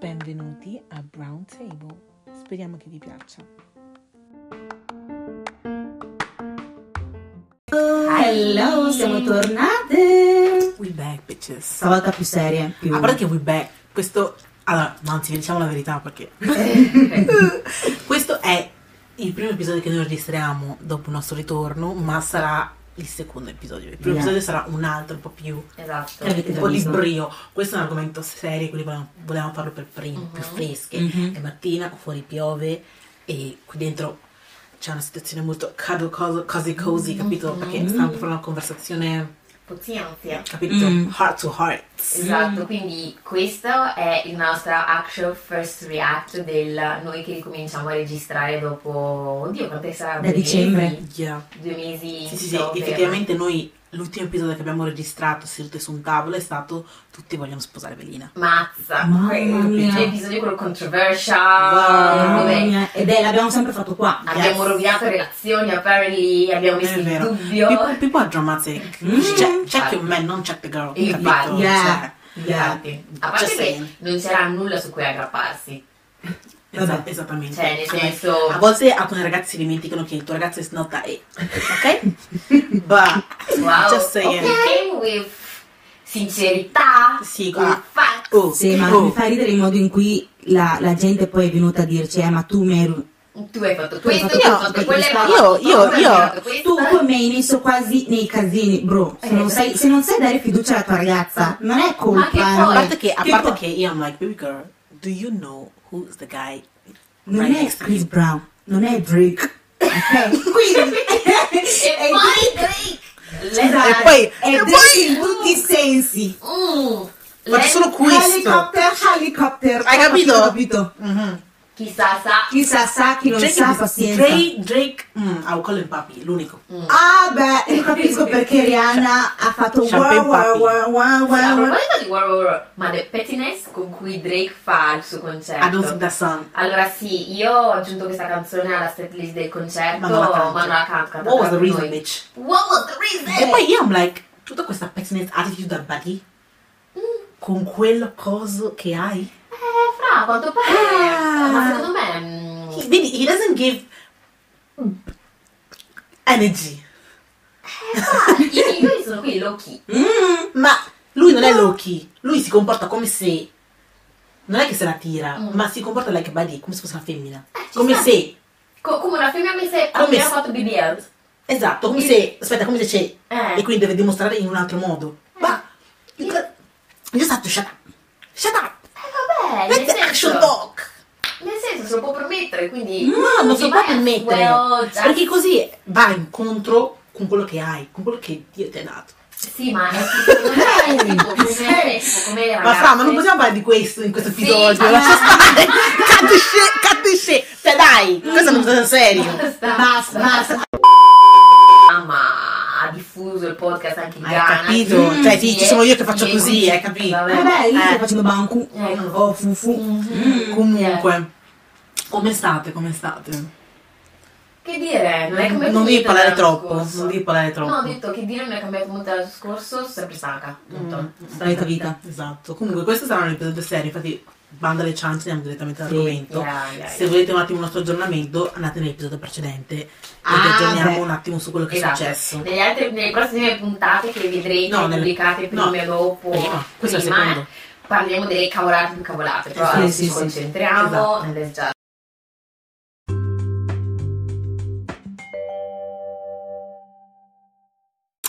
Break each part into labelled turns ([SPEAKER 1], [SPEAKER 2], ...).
[SPEAKER 1] Benvenuti a Brown Table. Speriamo che vi piaccia.
[SPEAKER 2] Hello, siamo tornate.
[SPEAKER 3] We back, bitches.
[SPEAKER 2] Stavolta più serie, più
[SPEAKER 3] A parte che we back, questo... Allora, no, anzi, diciamo la verità perché... questo è il primo episodio che noi registriamo dopo il nostro ritorno, ma sarà il secondo episodio. Il primo
[SPEAKER 2] Yeah.
[SPEAKER 3] episodio sarà un altro, un po' più...
[SPEAKER 4] Esatto.
[SPEAKER 2] Che avete
[SPEAKER 3] Un
[SPEAKER 2] già
[SPEAKER 3] po' di
[SPEAKER 2] visto.
[SPEAKER 3] brio. Questo è un argomento serio, quindi volevamo, volevamo farlo per primo,
[SPEAKER 4] Mhm.
[SPEAKER 3] più fresche.
[SPEAKER 2] Mhm.
[SPEAKER 3] È mattina, fuori piove e qui dentro c'è una situazione molto cuddle, cos- cozy cozy, capito? Perché stiamo per una conversazione,
[SPEAKER 4] Pozzanzia.
[SPEAKER 3] capito?
[SPEAKER 2] Mm.
[SPEAKER 3] Heart to heart.
[SPEAKER 4] eh. Esatto, quindi questo è il nostro actual first react del noi che ricominciamo a registrare dopo, oddio, quante sarà?
[SPEAKER 2] Da
[SPEAKER 4] Due mesi?
[SPEAKER 2] dicembre.
[SPEAKER 3] Yeah.
[SPEAKER 4] Due mesi.
[SPEAKER 3] Sì, sì, sì,
[SPEAKER 4] so, per-
[SPEAKER 3] effettivamente noi l'ultimo episodio che abbiamo registrato sedute su un tavolo è stato Tutti vogliamo sposare Velina.
[SPEAKER 4] Mazza.
[SPEAKER 2] Mamma
[SPEAKER 4] Quel-
[SPEAKER 2] mia.
[SPEAKER 4] L'episodio quello controversial,
[SPEAKER 3] Mamma
[SPEAKER 4] dove
[SPEAKER 2] Mamma mia. Ed è, l'abbiamo sempre fatto qua.
[SPEAKER 4] abbiamo rovinato relazioni, apparently, abbiamo
[SPEAKER 3] Non
[SPEAKER 4] messo
[SPEAKER 3] è
[SPEAKER 4] in
[SPEAKER 3] vero.
[SPEAKER 4] dubbio.
[SPEAKER 3] Pe- People are dramatic. Check, check your man, non check the girl.
[SPEAKER 4] Il
[SPEAKER 3] Capito? Cioè,
[SPEAKER 4] vibe,
[SPEAKER 2] yeah. Yeah.
[SPEAKER 4] Infatti, Esatto. a parte
[SPEAKER 3] Just
[SPEAKER 4] che
[SPEAKER 3] saying.
[SPEAKER 4] non c'era nulla su cui aggrapparsi.
[SPEAKER 3] Esa-
[SPEAKER 2] Vabbè.
[SPEAKER 3] esattamente.
[SPEAKER 4] Cioè, nel
[SPEAKER 3] Che
[SPEAKER 4] senso-
[SPEAKER 3] A volte alcuni ragazzi dimenticano che il tuo ragazzo è not a ok? But,
[SPEAKER 4] Wow.
[SPEAKER 3] just saying.
[SPEAKER 4] Ok, with sincerità,
[SPEAKER 3] Sì,
[SPEAKER 4] con
[SPEAKER 3] ah.
[SPEAKER 4] fatti.
[SPEAKER 3] Oh,
[SPEAKER 2] Sì, ma
[SPEAKER 3] oh.
[SPEAKER 2] mi fa ridere il modo in cui la, la gente poi è venuta a dirci, eh, ma tu mi hai... ru-
[SPEAKER 4] Tu hai fatto
[SPEAKER 2] Tu hai
[SPEAKER 4] questo,
[SPEAKER 2] fatto
[SPEAKER 4] tu
[SPEAKER 2] questo, tu
[SPEAKER 4] hai fatto quello,
[SPEAKER 2] hai
[SPEAKER 4] hai
[SPEAKER 2] fatto-
[SPEAKER 4] fatto
[SPEAKER 3] io- io-
[SPEAKER 4] quello,
[SPEAKER 3] io-
[SPEAKER 4] hai fatto questo.
[SPEAKER 2] Tu poi mi hai messo quasi nei casini, bro.
[SPEAKER 3] Eh,
[SPEAKER 2] Se non, sai, se non sai dare fiducia alla tua ragazza, non è colpa.
[SPEAKER 4] Ma che
[SPEAKER 2] eh.
[SPEAKER 3] A
[SPEAKER 4] poi-
[SPEAKER 3] parte che, a parte
[SPEAKER 2] Tipo-
[SPEAKER 3] che io I'm like, baby girl, do you know who's the guy
[SPEAKER 2] Non
[SPEAKER 3] right
[SPEAKER 2] è
[SPEAKER 3] next to you?"
[SPEAKER 2] Chris Brown, non è Drake. Ok, quindi...
[SPEAKER 4] E poi Drake.
[SPEAKER 2] Esatto.
[SPEAKER 4] Esatto.
[SPEAKER 3] E poi-
[SPEAKER 2] è
[SPEAKER 3] e
[SPEAKER 2] Drake
[SPEAKER 3] poi-
[SPEAKER 2] in tutti i sensi.
[SPEAKER 4] Mm,
[SPEAKER 3] Faccio
[SPEAKER 4] lei-
[SPEAKER 3] solo questo.
[SPEAKER 2] Helicopter, helicopter.
[SPEAKER 3] Hai capito?
[SPEAKER 2] capito?
[SPEAKER 4] Chissà, sa.
[SPEAKER 2] Chissà sa chi non
[SPEAKER 3] Drake,
[SPEAKER 2] sa pazienza.
[SPEAKER 3] Drake, Drake, mm, I'll call him papi, l'unico.
[SPEAKER 4] Mm,
[SPEAKER 2] Ah beh, io capisco perché Rihanna ha fatto
[SPEAKER 3] Champagne
[SPEAKER 2] wow wow
[SPEAKER 3] Papi.
[SPEAKER 2] wow wow
[SPEAKER 4] A
[SPEAKER 2] wow, wow.
[SPEAKER 4] proposito di World War War, ma del pettiness con cui Drake fa il suo
[SPEAKER 3] I don't think
[SPEAKER 4] concerto.
[SPEAKER 3] that's song.
[SPEAKER 4] Allora sì, io ho aggiunto questa canzone alla set list del concerto,
[SPEAKER 3] Ma non la canto.
[SPEAKER 4] ma non la canto, cantata
[SPEAKER 3] What was the
[SPEAKER 4] da
[SPEAKER 3] reason,
[SPEAKER 4] noi. Eh.
[SPEAKER 3] bitch?
[SPEAKER 4] What was the reason?
[SPEAKER 3] E poi io I'm like, tutta questa pettiness attitude da buddy,
[SPEAKER 4] Mm.
[SPEAKER 3] con quel coso che hai.
[SPEAKER 4] Eh, fra, a quanto pare.
[SPEAKER 3] Ah.
[SPEAKER 4] Ma secondo me. mm,
[SPEAKER 3] He- Vedi, he doesn't give energy.
[SPEAKER 4] I migliori sono quelli low key.
[SPEAKER 2] Mm.
[SPEAKER 3] Ma lui non è Loki, lui si comporta come se... Non è che se la tira,
[SPEAKER 4] Mm. Eh,
[SPEAKER 3] ma si comporta like buddy, come se fosse una femmina.
[SPEAKER 4] ci
[SPEAKER 3] come
[SPEAKER 4] sta.
[SPEAKER 3] se...
[SPEAKER 4] Co- come una femmina mi se
[SPEAKER 3] Come
[SPEAKER 4] come ha
[SPEAKER 3] se-
[SPEAKER 4] fatto BBL.
[SPEAKER 3] Esatto, come se... Aspetta, come se c'è...
[SPEAKER 4] Eh.
[SPEAKER 3] E quindi deve dimostrare in un altro modo. Ma... You, gotta- you just have to shut up. Shut up.
[SPEAKER 4] Eh, vabbè, nel
[SPEAKER 3] Let the action
[SPEAKER 4] senso,
[SPEAKER 3] talk.
[SPEAKER 4] nel senso se lo può permettere, quindi.
[SPEAKER 3] No, non so
[SPEAKER 4] può
[SPEAKER 3] può permettere.
[SPEAKER 4] cioè,
[SPEAKER 3] perché così vai incontro con quello che hai, con quello che Dio ti ha dato.
[SPEAKER 4] Sì, ma è tipo come, tipo come le
[SPEAKER 3] Ma fra, ma non
[SPEAKER 4] ragazze.
[SPEAKER 3] possiamo parlare di questo in questo
[SPEAKER 4] Sì,
[SPEAKER 3] episodio.
[SPEAKER 4] ma-
[SPEAKER 3] Lascia stare. Capisci? Capisci? Cioè dai, questo non è serio.
[SPEAKER 4] Basta.
[SPEAKER 2] Basta, basta.
[SPEAKER 4] Ma ha diffuso il podcast anche in
[SPEAKER 3] Hai
[SPEAKER 4] Ghana.
[SPEAKER 3] capito?
[SPEAKER 4] quindi-
[SPEAKER 3] Cioè, sì, ci sono io che faccio
[SPEAKER 4] sì,
[SPEAKER 3] così,
[SPEAKER 4] sì.
[SPEAKER 3] hai capito?
[SPEAKER 4] Vabbè.
[SPEAKER 2] Vabbè, io sto
[SPEAKER 4] Eh.
[SPEAKER 2] facendo banco.
[SPEAKER 4] Ecco.
[SPEAKER 2] Oh fufu.
[SPEAKER 3] Mm. Comunque, come state? Come state?
[SPEAKER 4] Che dire, non è come
[SPEAKER 3] Non devi
[SPEAKER 4] finita
[SPEAKER 3] parlare
[SPEAKER 4] l'anno
[SPEAKER 3] troppo,
[SPEAKER 4] scorso.
[SPEAKER 3] non devi parlare troppo. Mm.
[SPEAKER 4] No, ho detto che dire non è cambiato molto l'anno scorso, sono sempre stanca.
[SPEAKER 3] Eh.
[SPEAKER 4] Punto.
[SPEAKER 2] Solita vita.
[SPEAKER 3] Esatto. Comunque, questo sarà un episodio serio, infatti, banda alle ciance, andiamo direttamente all'argomento.
[SPEAKER 4] Yeah, yeah,
[SPEAKER 3] Se volete un attimo il nostro aggiornamento, andate nell'episodio precedente e vi
[SPEAKER 2] Ah,
[SPEAKER 3] aggiorniamo
[SPEAKER 2] beh.
[SPEAKER 3] un attimo su quello che
[SPEAKER 4] Esatto.
[SPEAKER 3] è successo.
[SPEAKER 4] Nelle, altre, nelle prossime puntate che vedrete
[SPEAKER 3] No, nelle-
[SPEAKER 4] pubblicate prima
[SPEAKER 3] no,
[SPEAKER 4] e dopo,
[SPEAKER 3] prima. Questo è il
[SPEAKER 4] prima,
[SPEAKER 3] secondo.
[SPEAKER 4] parliamo delle cavolate più cavolate, però
[SPEAKER 2] Sì,
[SPEAKER 4] adesso
[SPEAKER 2] sì,
[SPEAKER 4] ci
[SPEAKER 2] sì.
[SPEAKER 4] concentriamo.
[SPEAKER 3] Esatto.
[SPEAKER 4] and that's just-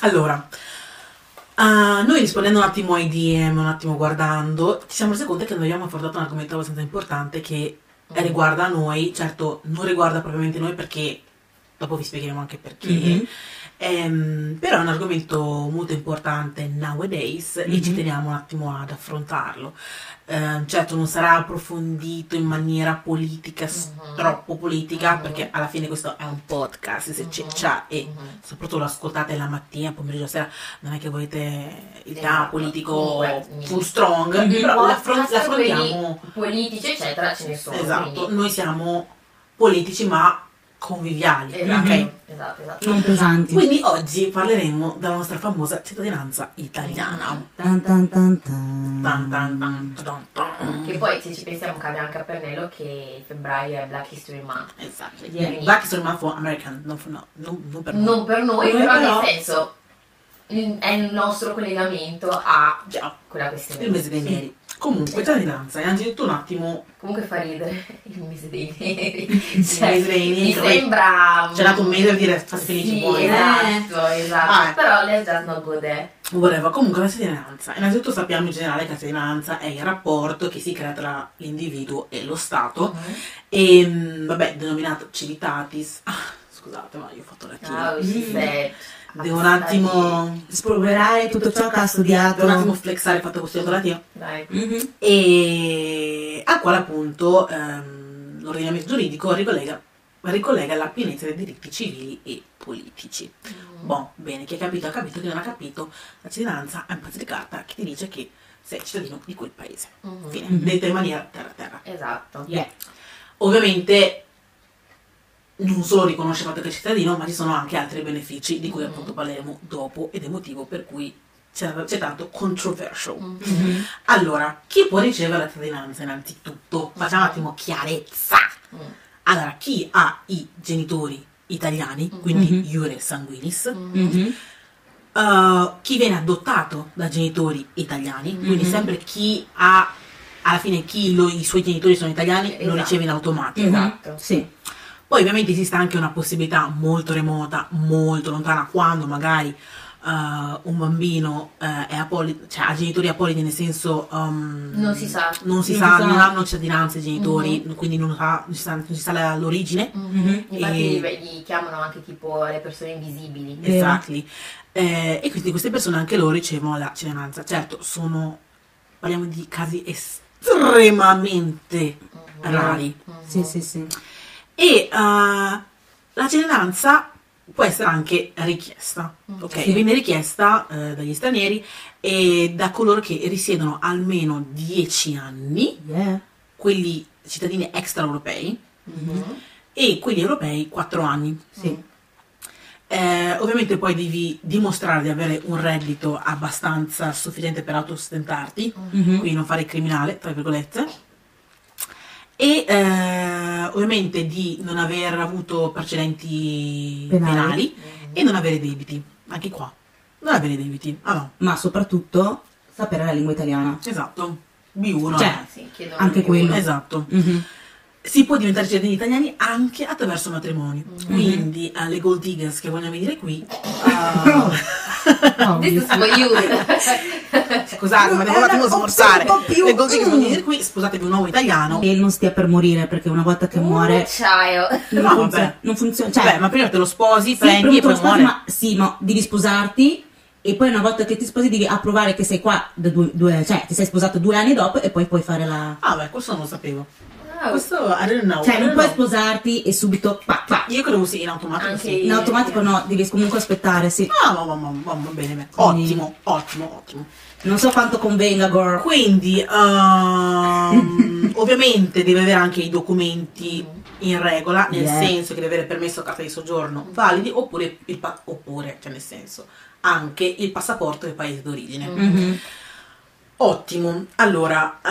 [SPEAKER 3] Allora, ah, noi rispondendo un attimo ai DM, un attimo guardando, ci siamo resi conto che noi abbiamo affrontato un argomento abbastanza importante che riguarda noi, certo non riguarda propriamente noi perché dopo vi spiegheremo anche perché,
[SPEAKER 2] Mhm.
[SPEAKER 3] Ehm, però è un argomento molto importante nowadays e ci
[SPEAKER 2] Mhm.
[SPEAKER 3] teniamo un attimo ad affrontarlo. Ehm, certo non sarà approfondito in maniera politica, s-
[SPEAKER 4] Mhm.
[SPEAKER 3] troppo politica,
[SPEAKER 4] Mhm.
[SPEAKER 3] perché alla fine questo è un podcast, se c'è,
[SPEAKER 4] Mhm.
[SPEAKER 3] c'ha e
[SPEAKER 4] Mhm.
[SPEAKER 3] soprattutto lo ascoltate la mattina, pomeriggio, sera, non è che volete il
[SPEAKER 4] Esatto.
[SPEAKER 3] tema politico
[SPEAKER 4] Comunque,
[SPEAKER 3] full strong,
[SPEAKER 2] Mhm.
[SPEAKER 3] però
[SPEAKER 4] Podcast,
[SPEAKER 3] l'affron- l'affrontiamo.
[SPEAKER 4] quelli politici, eccetera, ce ne sono.
[SPEAKER 3] Esatto,
[SPEAKER 4] quindi-
[SPEAKER 3] noi siamo politici ma conviviali,
[SPEAKER 4] Esatto.
[SPEAKER 3] ok?
[SPEAKER 4] esatto, esatto.
[SPEAKER 2] non pesanti.
[SPEAKER 3] Quindi oggi parleremo della nostra famosa cittadinanza italiana.
[SPEAKER 2] Tan, tan, tan, tan.
[SPEAKER 3] Tan, tan, tan, tan, tan.
[SPEAKER 4] Che poi se ci pensiamo cade anche a pennello che febbraio è Black History Month.
[SPEAKER 3] Esatto.
[SPEAKER 4] Yeah.
[SPEAKER 3] Black is rimasto American, non, for- no, non- non per
[SPEAKER 4] Non per
[SPEAKER 3] Noi
[SPEAKER 4] noi, però
[SPEAKER 3] però-
[SPEAKER 4] nel senso il- è il nostro collegamento a
[SPEAKER 3] Già,
[SPEAKER 4] quella
[SPEAKER 3] il
[SPEAKER 4] questione.
[SPEAKER 3] mese dei neri. Comunque, cittadinanza, innanzitutto un attimo,
[SPEAKER 4] Comunque fa ridere il mese dei neri. Cioè,
[SPEAKER 3] mese dei neri,
[SPEAKER 4] Mi
[SPEAKER 3] come-
[SPEAKER 4] sembra...
[SPEAKER 3] c'è dato un mese per dire state felici
[SPEAKER 4] Sì,
[SPEAKER 3] voi.
[SPEAKER 4] esatto, esatto.
[SPEAKER 3] Ah.
[SPEAKER 4] Però let's just not go there.
[SPEAKER 3] Whatever. Comunque la cittadinanza. Innanzitutto sappiamo in generale che la cittadinanza è il rapporto che si crea tra l'individuo e lo Stato. E mm, vabbè, denominato civitatis. Ah, scusate, ma io ho fatto
[SPEAKER 4] Ah,
[SPEAKER 3] latino.
[SPEAKER 4] which is sad.
[SPEAKER 3] Devo un attimo.
[SPEAKER 2] Spolverare tutto ciò che ha studiato.
[SPEAKER 3] Un attimo flexare il fatto che ho studiato latino.
[SPEAKER 4] Dai.
[SPEAKER 3] Mm-hmm.
[SPEAKER 2] Mhm.
[SPEAKER 3] E al quale appunto ehm, l'ordinamento giuridico ricollega, ricollega la pienezza dei diritti civili e politici. Boh, bene, chi ha capito ha capito, chi non ha capito, la cittadinanza è un pezzo di carta che ti dice che sei cittadino di quel paese.
[SPEAKER 4] Mhm.
[SPEAKER 3] Fine, detta in maniera terra-terra.
[SPEAKER 4] Esatto.
[SPEAKER 2] Yeah.
[SPEAKER 3] Ovviamente non solo riconosce il fatto che è cittadino, ma ci sono anche altri benefici di cui
[SPEAKER 4] Mhm.
[SPEAKER 3] appunto parleremo dopo ed è motivo per cui c'è, c'è tanto controversial.
[SPEAKER 4] Mhm.
[SPEAKER 3] Mm-hmm.
[SPEAKER 2] Mhm.
[SPEAKER 3] Allora, chi può ricevere la cittadinanza innanzitutto? Facciamo un attimo chiarezza.
[SPEAKER 4] Mm-hmm.
[SPEAKER 3] Allora, chi ha i genitori italiani,
[SPEAKER 4] Mm-hmm.
[SPEAKER 3] quindi
[SPEAKER 2] Mhm.
[SPEAKER 3] iure sanguinis,
[SPEAKER 4] Mhm.
[SPEAKER 2] Mhm.
[SPEAKER 3] Uh, chi viene adottato da genitori italiani,
[SPEAKER 4] Mhm.
[SPEAKER 3] quindi sempre chi ha, alla fine chi lo- i suoi genitori sono italiani lo
[SPEAKER 4] Esatto.
[SPEAKER 3] riceve in automatico.
[SPEAKER 4] Esatto.
[SPEAKER 2] Sì.
[SPEAKER 3] Poi ovviamente esiste anche una possibilità molto remota, molto lontana, quando magari uh, un bambino eh, è apolide, cioè ha genitori apolidi nel senso... um,
[SPEAKER 4] Non si sa.
[SPEAKER 3] Non si
[SPEAKER 2] Non
[SPEAKER 3] sa,
[SPEAKER 2] si sa.
[SPEAKER 3] non hanno cittadinanza i genitori, quindi non, sa- non si sa, non si sa la- l'origine.
[SPEAKER 4] Mhm. Infatti
[SPEAKER 3] Mm-hmm. E-
[SPEAKER 4] beh, li chiamano anche tipo le persone invisibili.
[SPEAKER 2] Vero.
[SPEAKER 3] Esatto. Eh, e quindi queste persone anche loro ricevono la cittadinanza. Certo, sono parliamo di casi estremamente
[SPEAKER 4] Mhm.
[SPEAKER 3] rari.
[SPEAKER 4] Mhm.
[SPEAKER 2] Sì, sì, sì.
[SPEAKER 3] E eh, la cittadinanza può essere anche richiesta,
[SPEAKER 4] Mm,
[SPEAKER 3] ok?
[SPEAKER 2] sì.
[SPEAKER 3] Viene richiesta eh, dagli stranieri e da coloro che risiedono almeno 10 anni,
[SPEAKER 2] Yeah.
[SPEAKER 3] quelli cittadini extraeuropei,
[SPEAKER 4] Mhm.
[SPEAKER 3] e quelli europei 4 anni.
[SPEAKER 2] Sì.
[SPEAKER 3] Eh, ovviamente poi devi dimostrare di avere un reddito abbastanza sufficiente per autosostentarti,
[SPEAKER 2] Mhm.
[SPEAKER 3] quindi non fare il criminale, tra virgolette, e eh, ovviamente di non aver avuto precedenti penali.
[SPEAKER 2] Penali.
[SPEAKER 3] e non avere debiti, anche qua, non avere debiti, ah no,
[SPEAKER 2] Ma soprattutto sapere la lingua italiana.
[SPEAKER 3] esatto, B1,
[SPEAKER 2] Cioè,
[SPEAKER 4] Mm-hmm. Sì, chiedono
[SPEAKER 2] Anche
[SPEAKER 4] anche
[SPEAKER 2] quello.
[SPEAKER 3] eh,
[SPEAKER 4] quello.
[SPEAKER 3] esatto.
[SPEAKER 2] Mhm.
[SPEAKER 3] Si può diventare cittadini italiani anche attraverso matrimonio,
[SPEAKER 2] Mhm.
[SPEAKER 3] quindi alle gold diggers che vogliono venire qui... ah,
[SPEAKER 4] This is for you.
[SPEAKER 3] Scusate, ma devo un attimo
[SPEAKER 2] Era un po'
[SPEAKER 3] sforzare.
[SPEAKER 2] più-
[SPEAKER 3] Le cose che
[SPEAKER 2] mm.
[SPEAKER 3] vogliono dire qui, scusatevi, un uomo italiano.
[SPEAKER 2] E non stia per morire perché una volta che muore
[SPEAKER 4] Ciao.
[SPEAKER 3] Uh,
[SPEAKER 2] non,
[SPEAKER 3] No,
[SPEAKER 2] funziona,
[SPEAKER 3] vabbè.
[SPEAKER 2] non funziona. Cioè,
[SPEAKER 3] Cioè, ma prima te lo sposi,
[SPEAKER 2] sì,
[SPEAKER 3] prendi e
[SPEAKER 2] pronto,
[SPEAKER 3] poi
[SPEAKER 2] sposi,
[SPEAKER 3] muore.
[SPEAKER 2] ma sì, ma devi sposarti e poi una volta che ti sposi devi approvare che sei qua, da due, due- cioè ti sei sposato due anni dopo e poi puoi fare la...
[SPEAKER 3] Ah, beh, questo non lo sapevo. Questo, I don't know.
[SPEAKER 2] Cioè
[SPEAKER 3] I
[SPEAKER 2] non
[SPEAKER 3] don't
[SPEAKER 2] puoi
[SPEAKER 3] know.
[SPEAKER 2] sposarti e subito... Pa, pa.
[SPEAKER 3] Io credo sì, in automatico
[SPEAKER 4] Anche
[SPEAKER 3] sì.
[SPEAKER 4] io.
[SPEAKER 2] In automatico no, devi comunque aspettare, sì.
[SPEAKER 3] Ah, ma, ma, ma, ma- ma- bene, bene.
[SPEAKER 2] Quindi-
[SPEAKER 3] Ottimo, ottimo, ottimo.
[SPEAKER 2] Non so quanto convenga, girl.
[SPEAKER 3] Quindi, ehm, ovviamente deve avere anche i documenti in regola, nel
[SPEAKER 2] Yeah.
[SPEAKER 3] senso che deve avere permesso o carta di soggiorno validi, oppure, il pa- oppure, cioè nel senso, anche il passaporto del paese d'origine.
[SPEAKER 2] Mhm.
[SPEAKER 3] Ottimo, allora eh,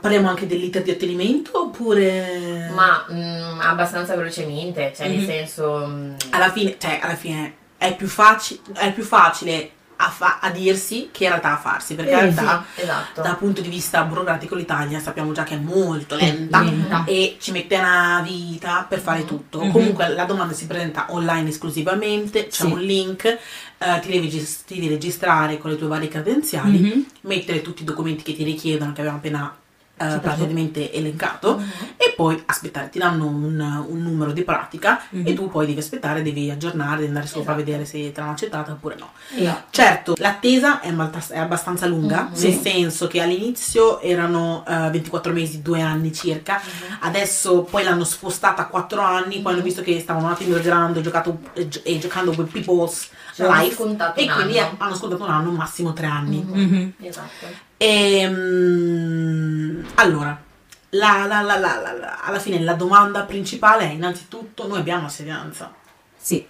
[SPEAKER 3] parliamo anche dell'iter di ottenimento oppure
[SPEAKER 4] Ma mm, abbastanza velocemente, cioè nel
[SPEAKER 2] Mhm.
[SPEAKER 4] senso... mm,
[SPEAKER 3] alla fine, cioè, alla fine è più, faci- è più facile a, fa- a dirsi che in realtà a farsi, perché in
[SPEAKER 2] Eh,
[SPEAKER 3] realtà
[SPEAKER 4] sì, esatto.
[SPEAKER 3] dal punto di vista burocratico l'Italia sappiamo già che è molto
[SPEAKER 2] Eh,
[SPEAKER 3] lenta
[SPEAKER 2] Lenta.
[SPEAKER 3] e ci mette una vita per fare tutto.
[SPEAKER 2] Mhm.
[SPEAKER 3] Comunque la domanda si presenta online esclusivamente, c'è
[SPEAKER 2] Sì.
[SPEAKER 3] un link, eh, ti, devi gis- ti devi registrare con le tue varie credenziali,
[SPEAKER 2] Mhm.
[SPEAKER 3] mettere tutti i documenti che ti richiedono, che abbiamo appena eh,
[SPEAKER 2] Citato.
[SPEAKER 3] praticamente elencato,
[SPEAKER 4] Mhm.
[SPEAKER 3] e poi aspettare, ti danno un, un numero di pratica
[SPEAKER 2] Mhm.
[SPEAKER 3] e tu poi devi aspettare, devi aggiornare, devi andare sopra a
[SPEAKER 4] Esatto.
[SPEAKER 3] vedere se te l'hanno accettata oppure no.
[SPEAKER 2] E-
[SPEAKER 3] Certo, l'attesa è, malta- è abbastanza lunga,
[SPEAKER 4] Mhm.
[SPEAKER 3] nel
[SPEAKER 2] Sì.
[SPEAKER 3] senso che all'inizio erano eh, 24 mesi, 2 anni circa,
[SPEAKER 4] Mhm.
[SPEAKER 3] adesso poi l'hanno spostata a 4 anni, poi hanno visto che stavano un attimo girando giocato, e, gio- e giocando with people's
[SPEAKER 4] Cioè, hanno
[SPEAKER 3] life
[SPEAKER 4] scontato
[SPEAKER 3] e
[SPEAKER 4] un
[SPEAKER 3] quindi
[SPEAKER 4] anno.
[SPEAKER 3] hanno scontato un anno, massimo 3 anni.
[SPEAKER 4] Mhm.
[SPEAKER 2] Mhm.
[SPEAKER 4] Esatto.
[SPEAKER 3] Ehm, allora, la- la- la- la- la- la- alla fine la domanda principale è innanzitutto noi abbiamo la cittadinanza.
[SPEAKER 2] Sì.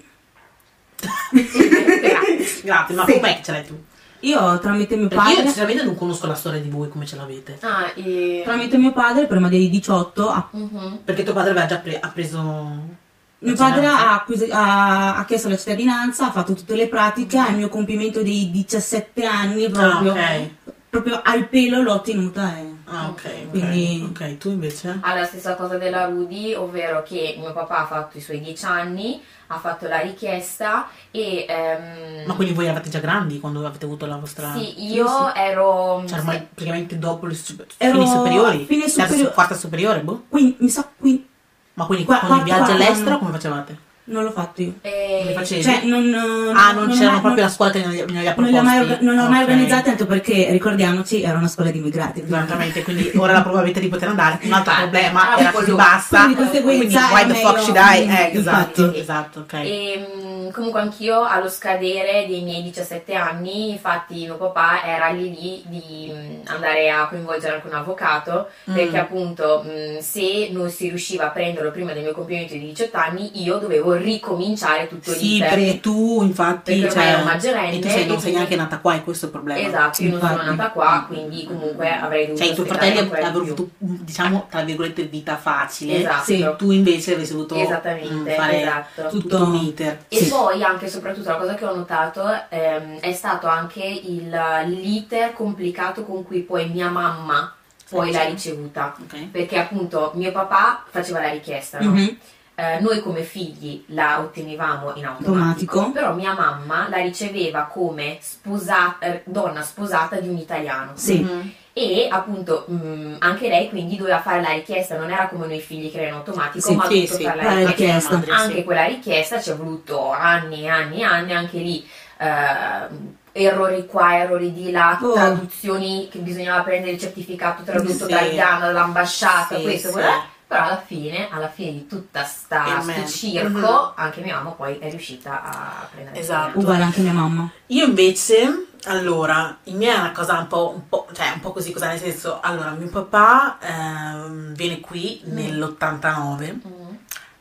[SPEAKER 4] Grazie.
[SPEAKER 3] Grazie, ma
[SPEAKER 2] Sì.
[SPEAKER 3] com'è che ce l'hai tu?
[SPEAKER 2] Io tramite mio
[SPEAKER 3] Perché io
[SPEAKER 2] padre,
[SPEAKER 3] sinceramente non conosco la storia di voi come ce l'avete.
[SPEAKER 4] Ah, e...
[SPEAKER 2] tramite mio padre prima dei 18 ha-
[SPEAKER 4] Mhm.
[SPEAKER 3] Perché tuo padre aveva già pre- ha preso... la Ah,
[SPEAKER 2] mio padre
[SPEAKER 3] cittadinanza.
[SPEAKER 2] ha, acquisi- ha- ha chiesto la cittadinanza, ha fatto tutte le pratiche, al mio compimento dei 17 anni proprio,
[SPEAKER 3] Ah, ok.
[SPEAKER 2] proprio al pelo l'ho ottenuta e...
[SPEAKER 3] Ah, ok,
[SPEAKER 2] Quindi-
[SPEAKER 3] ok. Ok, tu invece?
[SPEAKER 4] Ha la stessa cosa della Rudy, ovvero che mio papà ha fatto i suoi 10 anni, ha fatto la richiesta e... ehm,
[SPEAKER 3] Ma quindi voi eravate già grandi quando avete avuto la vostra...
[SPEAKER 4] Sì, io ero... mm,
[SPEAKER 3] Cioè ormai praticamente dopo le super...
[SPEAKER 2] Ero-
[SPEAKER 3] fini superiori.
[SPEAKER 2] fine
[SPEAKER 3] Terza,
[SPEAKER 2] superiore-
[SPEAKER 3] quarta superiore, boh.
[SPEAKER 2] Quindi, mi sa, quindi
[SPEAKER 3] Ma quindi
[SPEAKER 2] Qua-
[SPEAKER 3] con il
[SPEAKER 2] quarta-
[SPEAKER 3] viaggio
[SPEAKER 2] quarta-
[SPEAKER 3] all'estero come facevate?
[SPEAKER 2] non l'ho fatto io.
[SPEAKER 4] eh,
[SPEAKER 3] Come facevi?
[SPEAKER 2] Cioè, non,
[SPEAKER 3] ah, non, c'era
[SPEAKER 2] non-
[SPEAKER 3] proprio
[SPEAKER 2] non-
[SPEAKER 3] la scuola che non gli, non gli ha
[SPEAKER 2] Non
[SPEAKER 3] proposti.
[SPEAKER 2] l'ho mai, orga- non l'ho mai
[SPEAKER 3] Ok.
[SPEAKER 2] organizzata anche perché, ricordiamoci, era una scuola di immigrati.
[SPEAKER 3] Esattamente, quindi ora la probabilità di poter andare un altro
[SPEAKER 4] Ah,
[SPEAKER 3] problema
[SPEAKER 4] ah,
[SPEAKER 3] era
[SPEAKER 4] quello-
[SPEAKER 3] così bassa.
[SPEAKER 2] quindi di
[SPEAKER 3] Quindi
[SPEAKER 2] conseguenza
[SPEAKER 3] why
[SPEAKER 2] è
[SPEAKER 3] the fuck
[SPEAKER 2] meglio-
[SPEAKER 3] should I? Eh,
[SPEAKER 2] Infatti.
[SPEAKER 3] esatto,
[SPEAKER 4] Sì.
[SPEAKER 3] esatto, ok.
[SPEAKER 4] E, mm, comunque anch'io allo scadere dei miei 17 anni, infatti mio papà era lì lì di mm, andare a coinvolgere anche un avvocato,
[SPEAKER 3] Mm.
[SPEAKER 4] perché appunto mm, se non si riusciva a prenderlo prima del mio compimento di 18 anni, io dovevo ricominciare tutto
[SPEAKER 3] Sì,
[SPEAKER 4] l'iter.
[SPEAKER 3] perché tu infatti
[SPEAKER 4] Perché ormai
[SPEAKER 3] cioè,
[SPEAKER 4] ero maggiorenne
[SPEAKER 3] e tu sei, non
[SPEAKER 4] e
[SPEAKER 3] sei
[SPEAKER 4] quindi-
[SPEAKER 3] neanche nata qua, è questo il problema.
[SPEAKER 4] Esatto, io non sono
[SPEAKER 2] Infatti.
[SPEAKER 4] nata qua, quindi comunque avrei dovuto
[SPEAKER 3] Cioè i tuoi
[SPEAKER 4] aspettare
[SPEAKER 3] fratelli
[SPEAKER 4] ancora di
[SPEAKER 3] avrebbero
[SPEAKER 4] più.
[SPEAKER 3] avuto, diciamo, tra virgolette, vita facile.
[SPEAKER 4] Esatto.
[SPEAKER 3] Se tu invece avessi dovuto mm,
[SPEAKER 4] Esattamente,
[SPEAKER 3] fare
[SPEAKER 4] esatto.
[SPEAKER 3] tutto un iter.
[SPEAKER 4] E poi anche e soprattutto la cosa che ho notato ehm, è stato anche il, l'iter complicato con cui poi mia mamma poi l'ha ricevuta.
[SPEAKER 3] Ok.
[SPEAKER 4] Perché appunto mio papà faceva la richiesta, no?
[SPEAKER 2] Mhm,
[SPEAKER 4] Eh, noi come figli la ottenevamo in automatico,
[SPEAKER 2] Automatico.
[SPEAKER 4] però mia mamma la riceveva come sposa- eh, donna sposata di un italiano.
[SPEAKER 2] Sì.
[SPEAKER 3] Mm.
[SPEAKER 4] E appunto mh, anche lei quindi doveva fare la richiesta, non era come noi figli che era in automatico,
[SPEAKER 3] Sì,
[SPEAKER 4] ma ha
[SPEAKER 3] sì,
[SPEAKER 4] dovuto
[SPEAKER 3] sì,
[SPEAKER 4] fare la
[SPEAKER 2] fare la
[SPEAKER 4] richiesta
[SPEAKER 2] richiesta.
[SPEAKER 3] madre, sì.
[SPEAKER 4] anche quella richiesta ci è voluto anni e anni e anni, anche lì eh, errori qua, errori di là,
[SPEAKER 2] Oh.
[SPEAKER 4] traduzioni che bisognava prendere il certificato tradotto
[SPEAKER 3] Sì.
[SPEAKER 4] dal Ghana, dall'ambasciata,
[SPEAKER 3] Sì,
[SPEAKER 4] questo,
[SPEAKER 3] sì.
[SPEAKER 4] quello là. Però alla fine, alla fine di tutta sta
[SPEAKER 3] Il
[SPEAKER 4] sto
[SPEAKER 3] merito.
[SPEAKER 4] circo,
[SPEAKER 3] Mhm.
[SPEAKER 4] anche mia mamma poi è riuscita a prendere il
[SPEAKER 3] Esatto.
[SPEAKER 4] premio.
[SPEAKER 2] Uguale anche mia mamma.
[SPEAKER 3] Io invece, allora, il mio è una cosa un po', un po'- cioè un po' così, cosa nel senso, allora, mio papà ehm, viene qui nell'89
[SPEAKER 4] Mhm.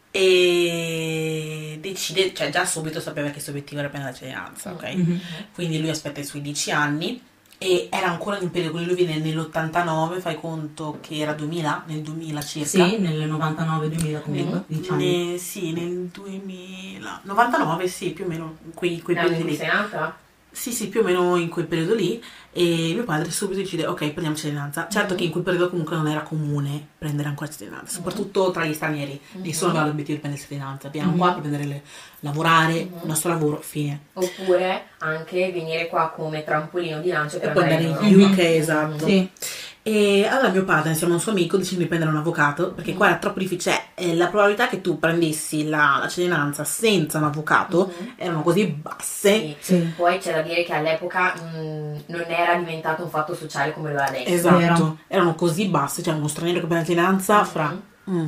[SPEAKER 3] e decide, cioè già subito sapeva che il suo obiettivo era prendere la cittadinanza, ok?
[SPEAKER 2] Mhm.
[SPEAKER 3] Quindi lui aspetta i suoi 10 anni e era ancora in un periodo, quindi lui viene nell'89, fai conto che era 2000, nel 2000 circa.
[SPEAKER 2] Sì, nel 99-2000 comunque, diciamo.
[SPEAKER 3] Ne- sì, nel 2000, 99 sì, più o meno quei, quei
[SPEAKER 4] L'anno
[SPEAKER 3] periodi
[SPEAKER 4] in cui
[SPEAKER 3] lì.
[SPEAKER 4] sei nata?
[SPEAKER 3] Sì, sì, più o meno in quel periodo lì. E mio padre subito decide, ok, prendiamo cittadinanza. Certo che in quel periodo comunque non era comune prendere ancora cittadinanza, soprattutto tra gli stranieri.
[SPEAKER 4] Mhm. Mm-hmm.
[SPEAKER 3] Nessuno aveva l'obiettivo di prendere cittadinanza. Vieniamo qua per prendere le- lavorare, il nostro lavoro, fine.
[SPEAKER 4] Oppure anche venire qua come trampolino di lancio per
[SPEAKER 3] E poi andare
[SPEAKER 4] in
[SPEAKER 3] in
[SPEAKER 4] Europa.
[SPEAKER 3] UK, esatto.
[SPEAKER 2] Sì.
[SPEAKER 3] E allora mio padre, insieme a un suo amico, decide di prendere un avvocato, perché qua era troppo difficile. Cioè, eh, la probabilità che tu prendessi la, la cittadinanza senza un avvocato erano così basse.
[SPEAKER 4] Mhm. Sì.
[SPEAKER 2] Sì.
[SPEAKER 4] Mm-hmm. Poi c'è da dire che all'epoca mh, non era diventato un fatto sociale come lo è adesso.
[SPEAKER 3] Esatto,
[SPEAKER 2] Vero.
[SPEAKER 3] erano così basse, cioè uno straniero che prende la cittadinanza
[SPEAKER 4] Mhm.
[SPEAKER 3] fra... Mm.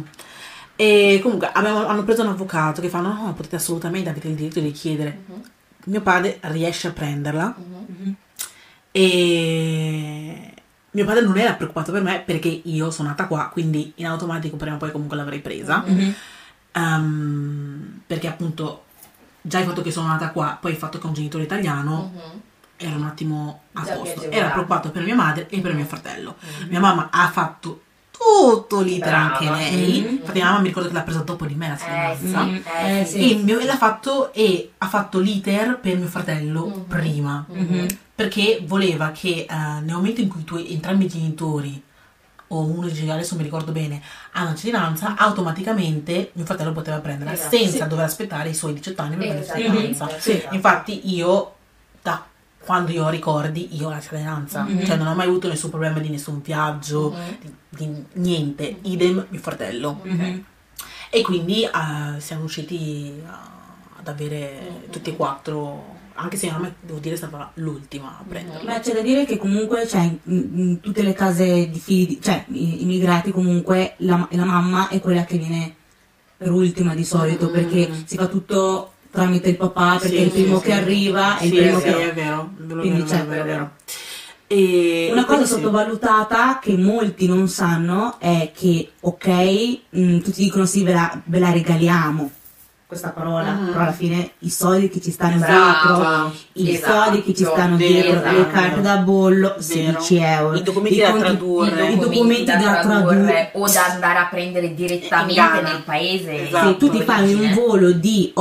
[SPEAKER 3] E comunque abbiamo- hanno preso un avvocato che fa no, no, potete assolutamente, avete il diritto di chiedere.
[SPEAKER 4] Mhm.
[SPEAKER 3] Mio padre riesce a prenderla
[SPEAKER 4] Mhm.
[SPEAKER 3] e mio padre non era preoccupato per me perché io sono nata qua, quindi in automatico prima o poi comunque l'avrei presa.
[SPEAKER 2] Mhm.
[SPEAKER 3] Ehm, perché appunto già il fatto che sono nata qua, poi il fatto che ho un genitore italiano,
[SPEAKER 4] Mhm.
[SPEAKER 3] era un attimo a
[SPEAKER 4] Già
[SPEAKER 3] posto.
[SPEAKER 4] piacevole.
[SPEAKER 3] Era preoccupato per mia madre e per mio fratello.
[SPEAKER 4] Mhm.
[SPEAKER 3] Mia mamma ha fatto tutto l'iter
[SPEAKER 4] Brava. Mm.
[SPEAKER 3] anche lei.
[SPEAKER 2] Mhm.
[SPEAKER 3] Infatti, mia mamma mi ricordo che l'ha presa dopo di me la
[SPEAKER 4] Eh sì,
[SPEAKER 3] cittadinanza.
[SPEAKER 4] eh
[SPEAKER 2] Eh,
[SPEAKER 4] sì.
[SPEAKER 2] sì.
[SPEAKER 3] E, mio- e l'ha fatto e ha fatto l'iter per mio fratello
[SPEAKER 4] Mhm.
[SPEAKER 3] prima
[SPEAKER 4] Mhm.
[SPEAKER 3] perché voleva che eh, nel momento in cui tu, entrambi i genitori o uno dei genitori, adesso mi ricordo bene, hanno la cittadinanza, automaticamente mio fratello poteva prenderla
[SPEAKER 4] Esatto.
[SPEAKER 3] senza dover aspettare i suoi 18 anni per prendere la
[SPEAKER 4] Esattamente,
[SPEAKER 3] cittadinanza.
[SPEAKER 4] sì.
[SPEAKER 3] Eh Sì, Infatti io, da quando io ho ricordi, io ho la cittadinanza, cioè non ho mai avuto nessun problema di nessun viaggio,
[SPEAKER 4] Mhm.
[SPEAKER 3] di, di niente, idem mio fratello.
[SPEAKER 2] Mhm.
[SPEAKER 3] E quindi eh, siamo riusciti a- ad avere tutti e quattro, anche se ormai devo dire è stata l'ultima a prenderla.
[SPEAKER 2] Beh, c'è da dire che comunque cioè, in, in tutte le case di figli, cioè i- immigrati comunque, la, la mamma è quella che viene per ultima di solito,
[SPEAKER 3] Mm.
[SPEAKER 2] perché si fa tutto tramite il papà, perché
[SPEAKER 3] Sì,
[SPEAKER 2] è il primo
[SPEAKER 3] sì,
[SPEAKER 2] che
[SPEAKER 3] sì.
[SPEAKER 2] arriva, è il
[SPEAKER 3] Sì,
[SPEAKER 2] primo
[SPEAKER 3] sì,
[SPEAKER 2] che...
[SPEAKER 3] è vero, è vero,
[SPEAKER 2] Quindi
[SPEAKER 3] vero,
[SPEAKER 2] c'è-
[SPEAKER 3] vero, vero. cioè, E-
[SPEAKER 2] Una
[SPEAKER 3] e
[SPEAKER 2] cosa
[SPEAKER 3] quindi sì.
[SPEAKER 2] sottovalutata che molti non mm, sanno è che, ok, mh, tutti dicono sì, ve la, ve la regaliamo, questa parola,
[SPEAKER 3] Mhm.
[SPEAKER 2] però alla fine i soldi che ci stanno
[SPEAKER 4] Esatto.
[SPEAKER 2] dietro, i
[SPEAKER 4] Esatto.
[SPEAKER 2] soldi che ci stanno
[SPEAKER 3] Vero,
[SPEAKER 2] dietro, le
[SPEAKER 3] esatto.
[SPEAKER 2] carte da bollo,
[SPEAKER 3] Vero.
[SPEAKER 2] 16 euro,
[SPEAKER 3] I documenti
[SPEAKER 2] I
[SPEAKER 3] da
[SPEAKER 2] conti-
[SPEAKER 3] tradurre.
[SPEAKER 2] i doc- documenti da tradurre.
[SPEAKER 4] o da andare a prendere direttamente
[SPEAKER 3] Ghana.
[SPEAKER 4] nel paese.
[SPEAKER 3] Esatto.
[SPEAKER 2] se tu ti fai un
[SPEAKER 4] Origine.
[SPEAKER 2] volo di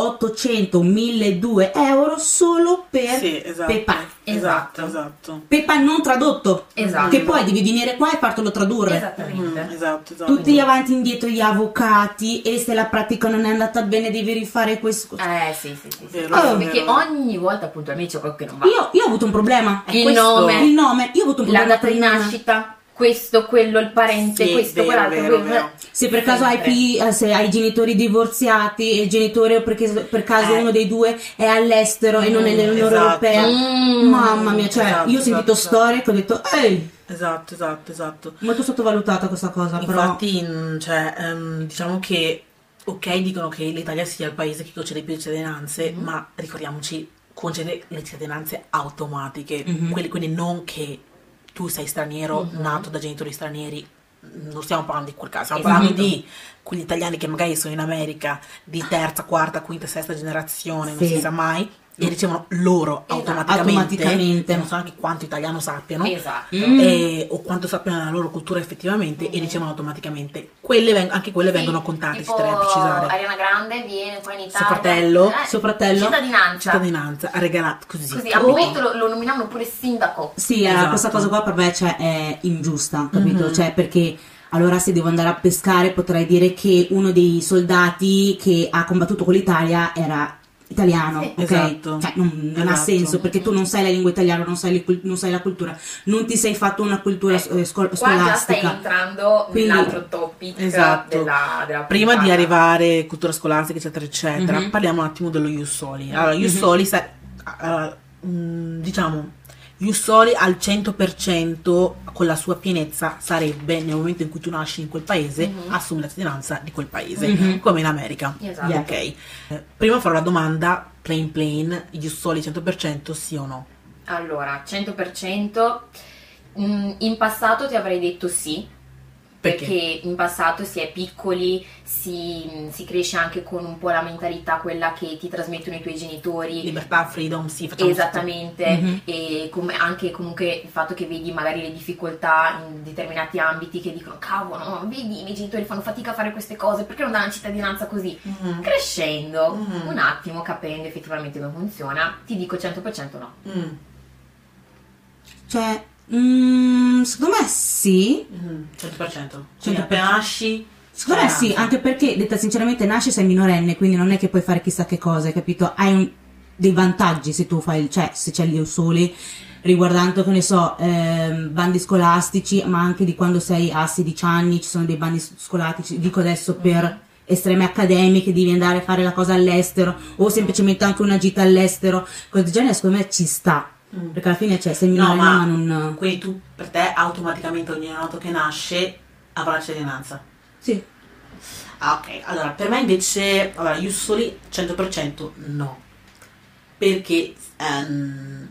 [SPEAKER 2] 800-1200 euro solo per
[SPEAKER 3] Sì, esatto.
[SPEAKER 2] PayPal.
[SPEAKER 3] Esatto,
[SPEAKER 4] Esatto.
[SPEAKER 3] esatto.
[SPEAKER 2] PayPal non tradotto,
[SPEAKER 4] Esatto.
[SPEAKER 2] che poi devi venire qua e fartelo tradurre.
[SPEAKER 4] Esattamente.
[SPEAKER 3] Mm, esatto, esatto.
[SPEAKER 2] Tutti gli avanti e indietro, gli avvocati, e se la pratica non è andata bene devi rifare questo.
[SPEAKER 4] Eh sì, sì, sì. sì.
[SPEAKER 3] Vero,
[SPEAKER 4] Oh,
[SPEAKER 3] vero.
[SPEAKER 4] perché ogni volta appunto a me c'è qualcuno che non va.
[SPEAKER 2] Io, io ho avuto un problema.
[SPEAKER 4] Il
[SPEAKER 2] Questo-
[SPEAKER 4] nome.
[SPEAKER 2] Il nome. Io ho avuto un
[SPEAKER 4] La
[SPEAKER 2] problema.
[SPEAKER 4] data di
[SPEAKER 2] prima.
[SPEAKER 4] nascita, questo, quello, il parente,
[SPEAKER 3] Sì,
[SPEAKER 4] questo,
[SPEAKER 3] vero,
[SPEAKER 4] quell'altro,
[SPEAKER 3] vero,
[SPEAKER 4] quello.
[SPEAKER 3] vero.
[SPEAKER 2] Se per caso hai,
[SPEAKER 4] Sempre.
[SPEAKER 2] pi- eh, se hai genitori divorziati e il genitore perché per caso
[SPEAKER 3] Eh.
[SPEAKER 2] uno dei due è all'estero e non è
[SPEAKER 3] Mm,
[SPEAKER 2] nell'Unione
[SPEAKER 3] esatto.
[SPEAKER 2] Europea.
[SPEAKER 4] Mm.
[SPEAKER 2] Mamma mia, cioè,
[SPEAKER 3] Esatto,
[SPEAKER 2] io ho sentito
[SPEAKER 3] esatto,
[SPEAKER 2] storie che ho detto, ehi,
[SPEAKER 3] Esatto, esatto, esatto.
[SPEAKER 2] molto sottovalutata questa cosa, però.
[SPEAKER 3] Infatti, mm, cioè, ehm, diciamo che, ok, dicono che l'Italia sia il paese che concede più cittadinanze,
[SPEAKER 2] Mhm.
[SPEAKER 3] ma ricordiamoci, concede le cittadinanze automatiche,
[SPEAKER 2] Mhm.
[SPEAKER 3] quelle- quindi non che tu sei straniero,
[SPEAKER 4] Mhm.
[SPEAKER 3] nato da genitori stranieri, mm, non stiamo parlando di quel caso, stiamo
[SPEAKER 4] Esatto.
[SPEAKER 3] parlando di quegli italiani che magari sono in America di terza, quarta, quinta, sesta generazione, non
[SPEAKER 2] Sì.
[SPEAKER 3] si sa mai, e ricevono loro
[SPEAKER 4] Esatto.
[SPEAKER 3] automaticamente,
[SPEAKER 2] Automaticamente.
[SPEAKER 3] non so neanche quanto italiano sappiano,
[SPEAKER 4] Esatto.
[SPEAKER 2] Mm.
[SPEAKER 3] e- o quanto sappiano la loro cultura effettivamente e ricevono automaticamente. Quelle veng- anche quelle vengono contate,
[SPEAKER 4] tipo,
[SPEAKER 3] si deve precisare.
[SPEAKER 4] Ariana Grande viene qua in Italia.
[SPEAKER 3] Suo fratello,
[SPEAKER 4] Eh,
[SPEAKER 2] suo fratello.
[SPEAKER 4] Cittadinanza.
[SPEAKER 3] Cittadinanza Oh. ha regalato così.
[SPEAKER 4] Così
[SPEAKER 3] capito?
[SPEAKER 4] al momento lo, lo nominavano pure sindaco.
[SPEAKER 2] Sì, eh,
[SPEAKER 3] Esatto.
[SPEAKER 2] questa cosa qua per me cioè, è ingiusta, capito?
[SPEAKER 3] Mhm.
[SPEAKER 2] Cioè, perché allora se devo andare a pescare potrei dire che uno dei soldati che ha combattuto con l'Italia era italiano,
[SPEAKER 4] Sì.
[SPEAKER 2] ok?
[SPEAKER 3] Esatto.
[SPEAKER 2] Cioè, non, non ha
[SPEAKER 3] Esatto.
[SPEAKER 2] senso perché tu non sai la lingua italiana, non sai, le cul- non sai la cultura, non ti sei fatto una cultura eh, scol-
[SPEAKER 4] Qua già stai
[SPEAKER 2] scolastica.
[SPEAKER 4] entrando
[SPEAKER 2] Quindi-
[SPEAKER 4] nell'altro topic
[SPEAKER 3] Esatto.
[SPEAKER 4] della, della
[SPEAKER 3] Prima di
[SPEAKER 4] puntata.
[SPEAKER 3] arrivare cultura scolastica, eccetera, eccetera,
[SPEAKER 2] Mhm.
[SPEAKER 3] parliamo un attimo dello Jussoli.
[SPEAKER 4] Mhm.
[SPEAKER 3] Allora, Jussoli, sa- allora, mm, diciamo, Jussoli al 100% con la sua pienezza sarebbe nel momento in cui tu nasci in quel paese,
[SPEAKER 4] Mhm.
[SPEAKER 3] assumi la cittadinanza di quel paese,
[SPEAKER 2] Mhm.
[SPEAKER 3] come in America.
[SPEAKER 4] Esatto.
[SPEAKER 2] Yeah.
[SPEAKER 3] Ok. Eh, Prima farò la domanda, plain plain, Jussoli 100% sì o no?
[SPEAKER 4] Allora, 100%. mm, In passato ti avrei detto sì,
[SPEAKER 3] Perché?
[SPEAKER 4] perché in passato si è piccoli, si, si cresce anche con un po' la mentalità quella che ti trasmettono i tuoi genitori,
[SPEAKER 3] Libertà, freedom, sì, facciamo Mm-hmm.
[SPEAKER 4] Esattamente,
[SPEAKER 2] Mhm.
[SPEAKER 4] e come- anche comunque il fatto che vedi magari le difficoltà in determinati ambiti che dicono cavolo, no, vedi i miei genitori fanno fatica a fare queste cose, perché non danno la cittadinanza così?
[SPEAKER 3] tutto. Mhm.
[SPEAKER 4] Crescendo
[SPEAKER 3] Mhm.
[SPEAKER 4] un attimo, capendo effettivamente come funziona, ti dico 100% no.
[SPEAKER 3] Mm.
[SPEAKER 2] Cioè, mm, secondo me sì.
[SPEAKER 3] Mhm. 100%.
[SPEAKER 2] 100%.
[SPEAKER 3] Quindi appena nasci...
[SPEAKER 2] Secondo me sì,
[SPEAKER 3] cittadinanza.
[SPEAKER 2] anche perché, detta sinceramente, nasci e sei minorenne, quindi non è che puoi fare chissà che cosa, hai capito? Hai un- dei vantaggi se tu fai, il- cioè, se c'è gli soli, riguardando, che ne so, ehm, bandi scolastici, ma anche di quando sei a 16 anni, ci sono dei bandi s- scolastici, dico adesso per estreme accademiche, devi andare a fare la cosa all'estero, o semplicemente anche una gita all'estero, cose del genere, secondo me ci sta,
[SPEAKER 3] Mm.
[SPEAKER 2] perché alla fine, cioè, sei
[SPEAKER 3] No,
[SPEAKER 2] minorenne,
[SPEAKER 3] ma-
[SPEAKER 2] ma non...
[SPEAKER 3] Quindi tu, per te, automaticamente ogni neonato che nasce avrà la cittadinanza.
[SPEAKER 2] Sì.
[SPEAKER 3] Ah, ok. Allora, per me invece, allora, Jussoli 100% no. Perché, ehm,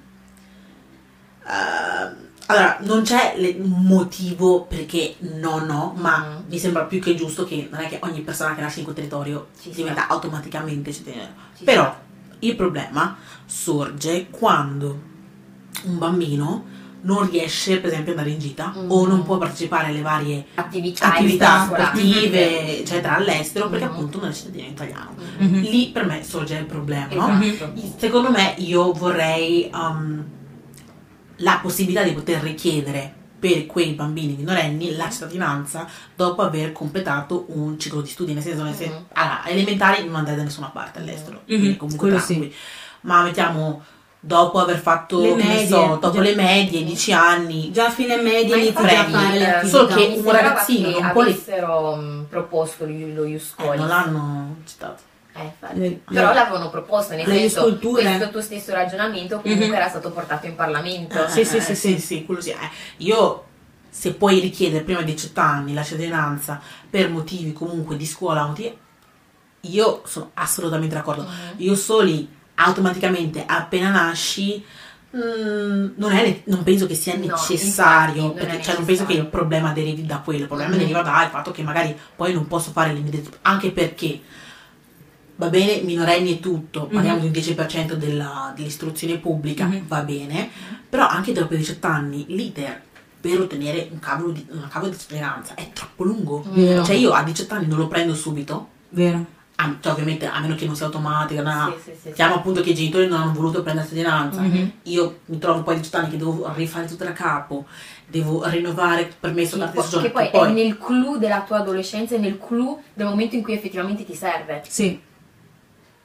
[SPEAKER 3] ehm, allora, non c'è le- un motivo perché no, no, ma
[SPEAKER 4] Mm.
[SPEAKER 3] mi sembra più che giusto che non è che ogni persona che nasce in quel territorio
[SPEAKER 4] Ci
[SPEAKER 3] diventa automaticamente cittadino.
[SPEAKER 4] Ci
[SPEAKER 3] Però il problema sorge quando un bambino non riesce, per esempio, ad andare in gita
[SPEAKER 4] Mm.
[SPEAKER 3] o non può partecipare alle varie
[SPEAKER 2] Cioè,
[SPEAKER 4] Attività,
[SPEAKER 3] attività
[SPEAKER 4] scolastiche.
[SPEAKER 2] mm-hmm.
[SPEAKER 3] sportive, eccetera, all'estero, perché
[SPEAKER 4] Mhm.
[SPEAKER 2] Esatto.
[SPEAKER 3] appunto non è cittadino italiano.
[SPEAKER 4] Mhm.
[SPEAKER 2] Mhm.
[SPEAKER 3] Lì per me sorge il problema, no?
[SPEAKER 4] Esatto.
[SPEAKER 3] Secondo me io vorrei um, la possibilità di poter richiedere per quei bambini minorenni la cittadinanza dopo aver completato un ciclo di studi, nel senso che
[SPEAKER 2] Mm-hmm.
[SPEAKER 3] se,
[SPEAKER 4] Mhm.
[SPEAKER 3] allora, elementari non andare da nessuna parte all'estero,
[SPEAKER 2] Mhm,
[SPEAKER 3] quindi comunque
[SPEAKER 2] quello sì.
[SPEAKER 3] tranquilli. Ma mettiamo dopo aver fatto, che
[SPEAKER 2] Le
[SPEAKER 3] ne
[SPEAKER 2] medie,
[SPEAKER 3] so, dopo
[SPEAKER 2] già-
[SPEAKER 3] le medie, 10 anni,
[SPEAKER 2] Già a fine media
[SPEAKER 4] Ma
[SPEAKER 2] inizi
[SPEAKER 4] infatti,
[SPEAKER 2] già a fare le
[SPEAKER 4] eh,
[SPEAKER 2] attività.
[SPEAKER 3] solo che
[SPEAKER 4] mi
[SPEAKER 3] un
[SPEAKER 4] sembrava
[SPEAKER 3] ragazzino
[SPEAKER 4] che
[SPEAKER 3] non può-
[SPEAKER 4] avessero mh, mm, proposto lo, lo
[SPEAKER 3] eh,
[SPEAKER 4] Iuscoli.
[SPEAKER 3] non l'hanno citato.
[SPEAKER 4] Eh, infatti.
[SPEAKER 2] Le-
[SPEAKER 4] Però l'avevano proposto, nel
[SPEAKER 2] Le
[SPEAKER 4] senso,
[SPEAKER 2] sculture.
[SPEAKER 4] questo tuo stesso ragionamento comunque
[SPEAKER 2] Mhm.
[SPEAKER 4] era stato portato in Parlamento.
[SPEAKER 3] Eh, sì, sì, sì, sì, sì, quello sì. Eh, io se puoi richiedere prima di 18 anni la cittadinanza per motivi comunque di scuola, motivi- io sono assolutamente d'accordo.
[SPEAKER 4] Mhm.
[SPEAKER 3] Io soli automaticamente appena nasci mm, non, è ne- non penso che sia
[SPEAKER 4] No,
[SPEAKER 3] necessario,
[SPEAKER 4] infatti, non
[SPEAKER 3] perché
[SPEAKER 4] è
[SPEAKER 3] cioè, non penso che il
[SPEAKER 4] necessario.
[SPEAKER 3] problema derivi da quello, il problema
[SPEAKER 4] Mhm.
[SPEAKER 3] deriva dal fatto che magari poi non posso fare l'immediato, anche perché va bene, minorenni e
[SPEAKER 4] Mm-hmm.
[SPEAKER 3] tutto, parliamo di un 10% della- dell'istruzione pubblica,
[SPEAKER 2] Mhm.
[SPEAKER 3] va bene, però anche dopo i 18 anni l'iter per ottenere un cavolo di, una cavolo di cittadinanza è troppo lungo.
[SPEAKER 4] Mm-hmm.
[SPEAKER 2] Vero.
[SPEAKER 3] Cioè io a 18 anni non lo prendo subito,
[SPEAKER 2] Vero.
[SPEAKER 3] a- cioè ovviamente a meno che non sia automatica, na-
[SPEAKER 4] Sì, sì, sì, sì.
[SPEAKER 3] Chiamo appunto che i genitori non hanno voluto prendere la cittadinanza.
[SPEAKER 2] Mhm.
[SPEAKER 3] Io mi trovo poi a 18 anni che devo rifare tutto da capo, devo rinnovare il permesso
[SPEAKER 4] Sì,
[SPEAKER 3] da
[SPEAKER 4] po-
[SPEAKER 3] stesso giorno.
[SPEAKER 4] che poi, è nel clou della tua adolescenza e nel clou del momento in cui effettivamente ti serve.
[SPEAKER 2] Sì.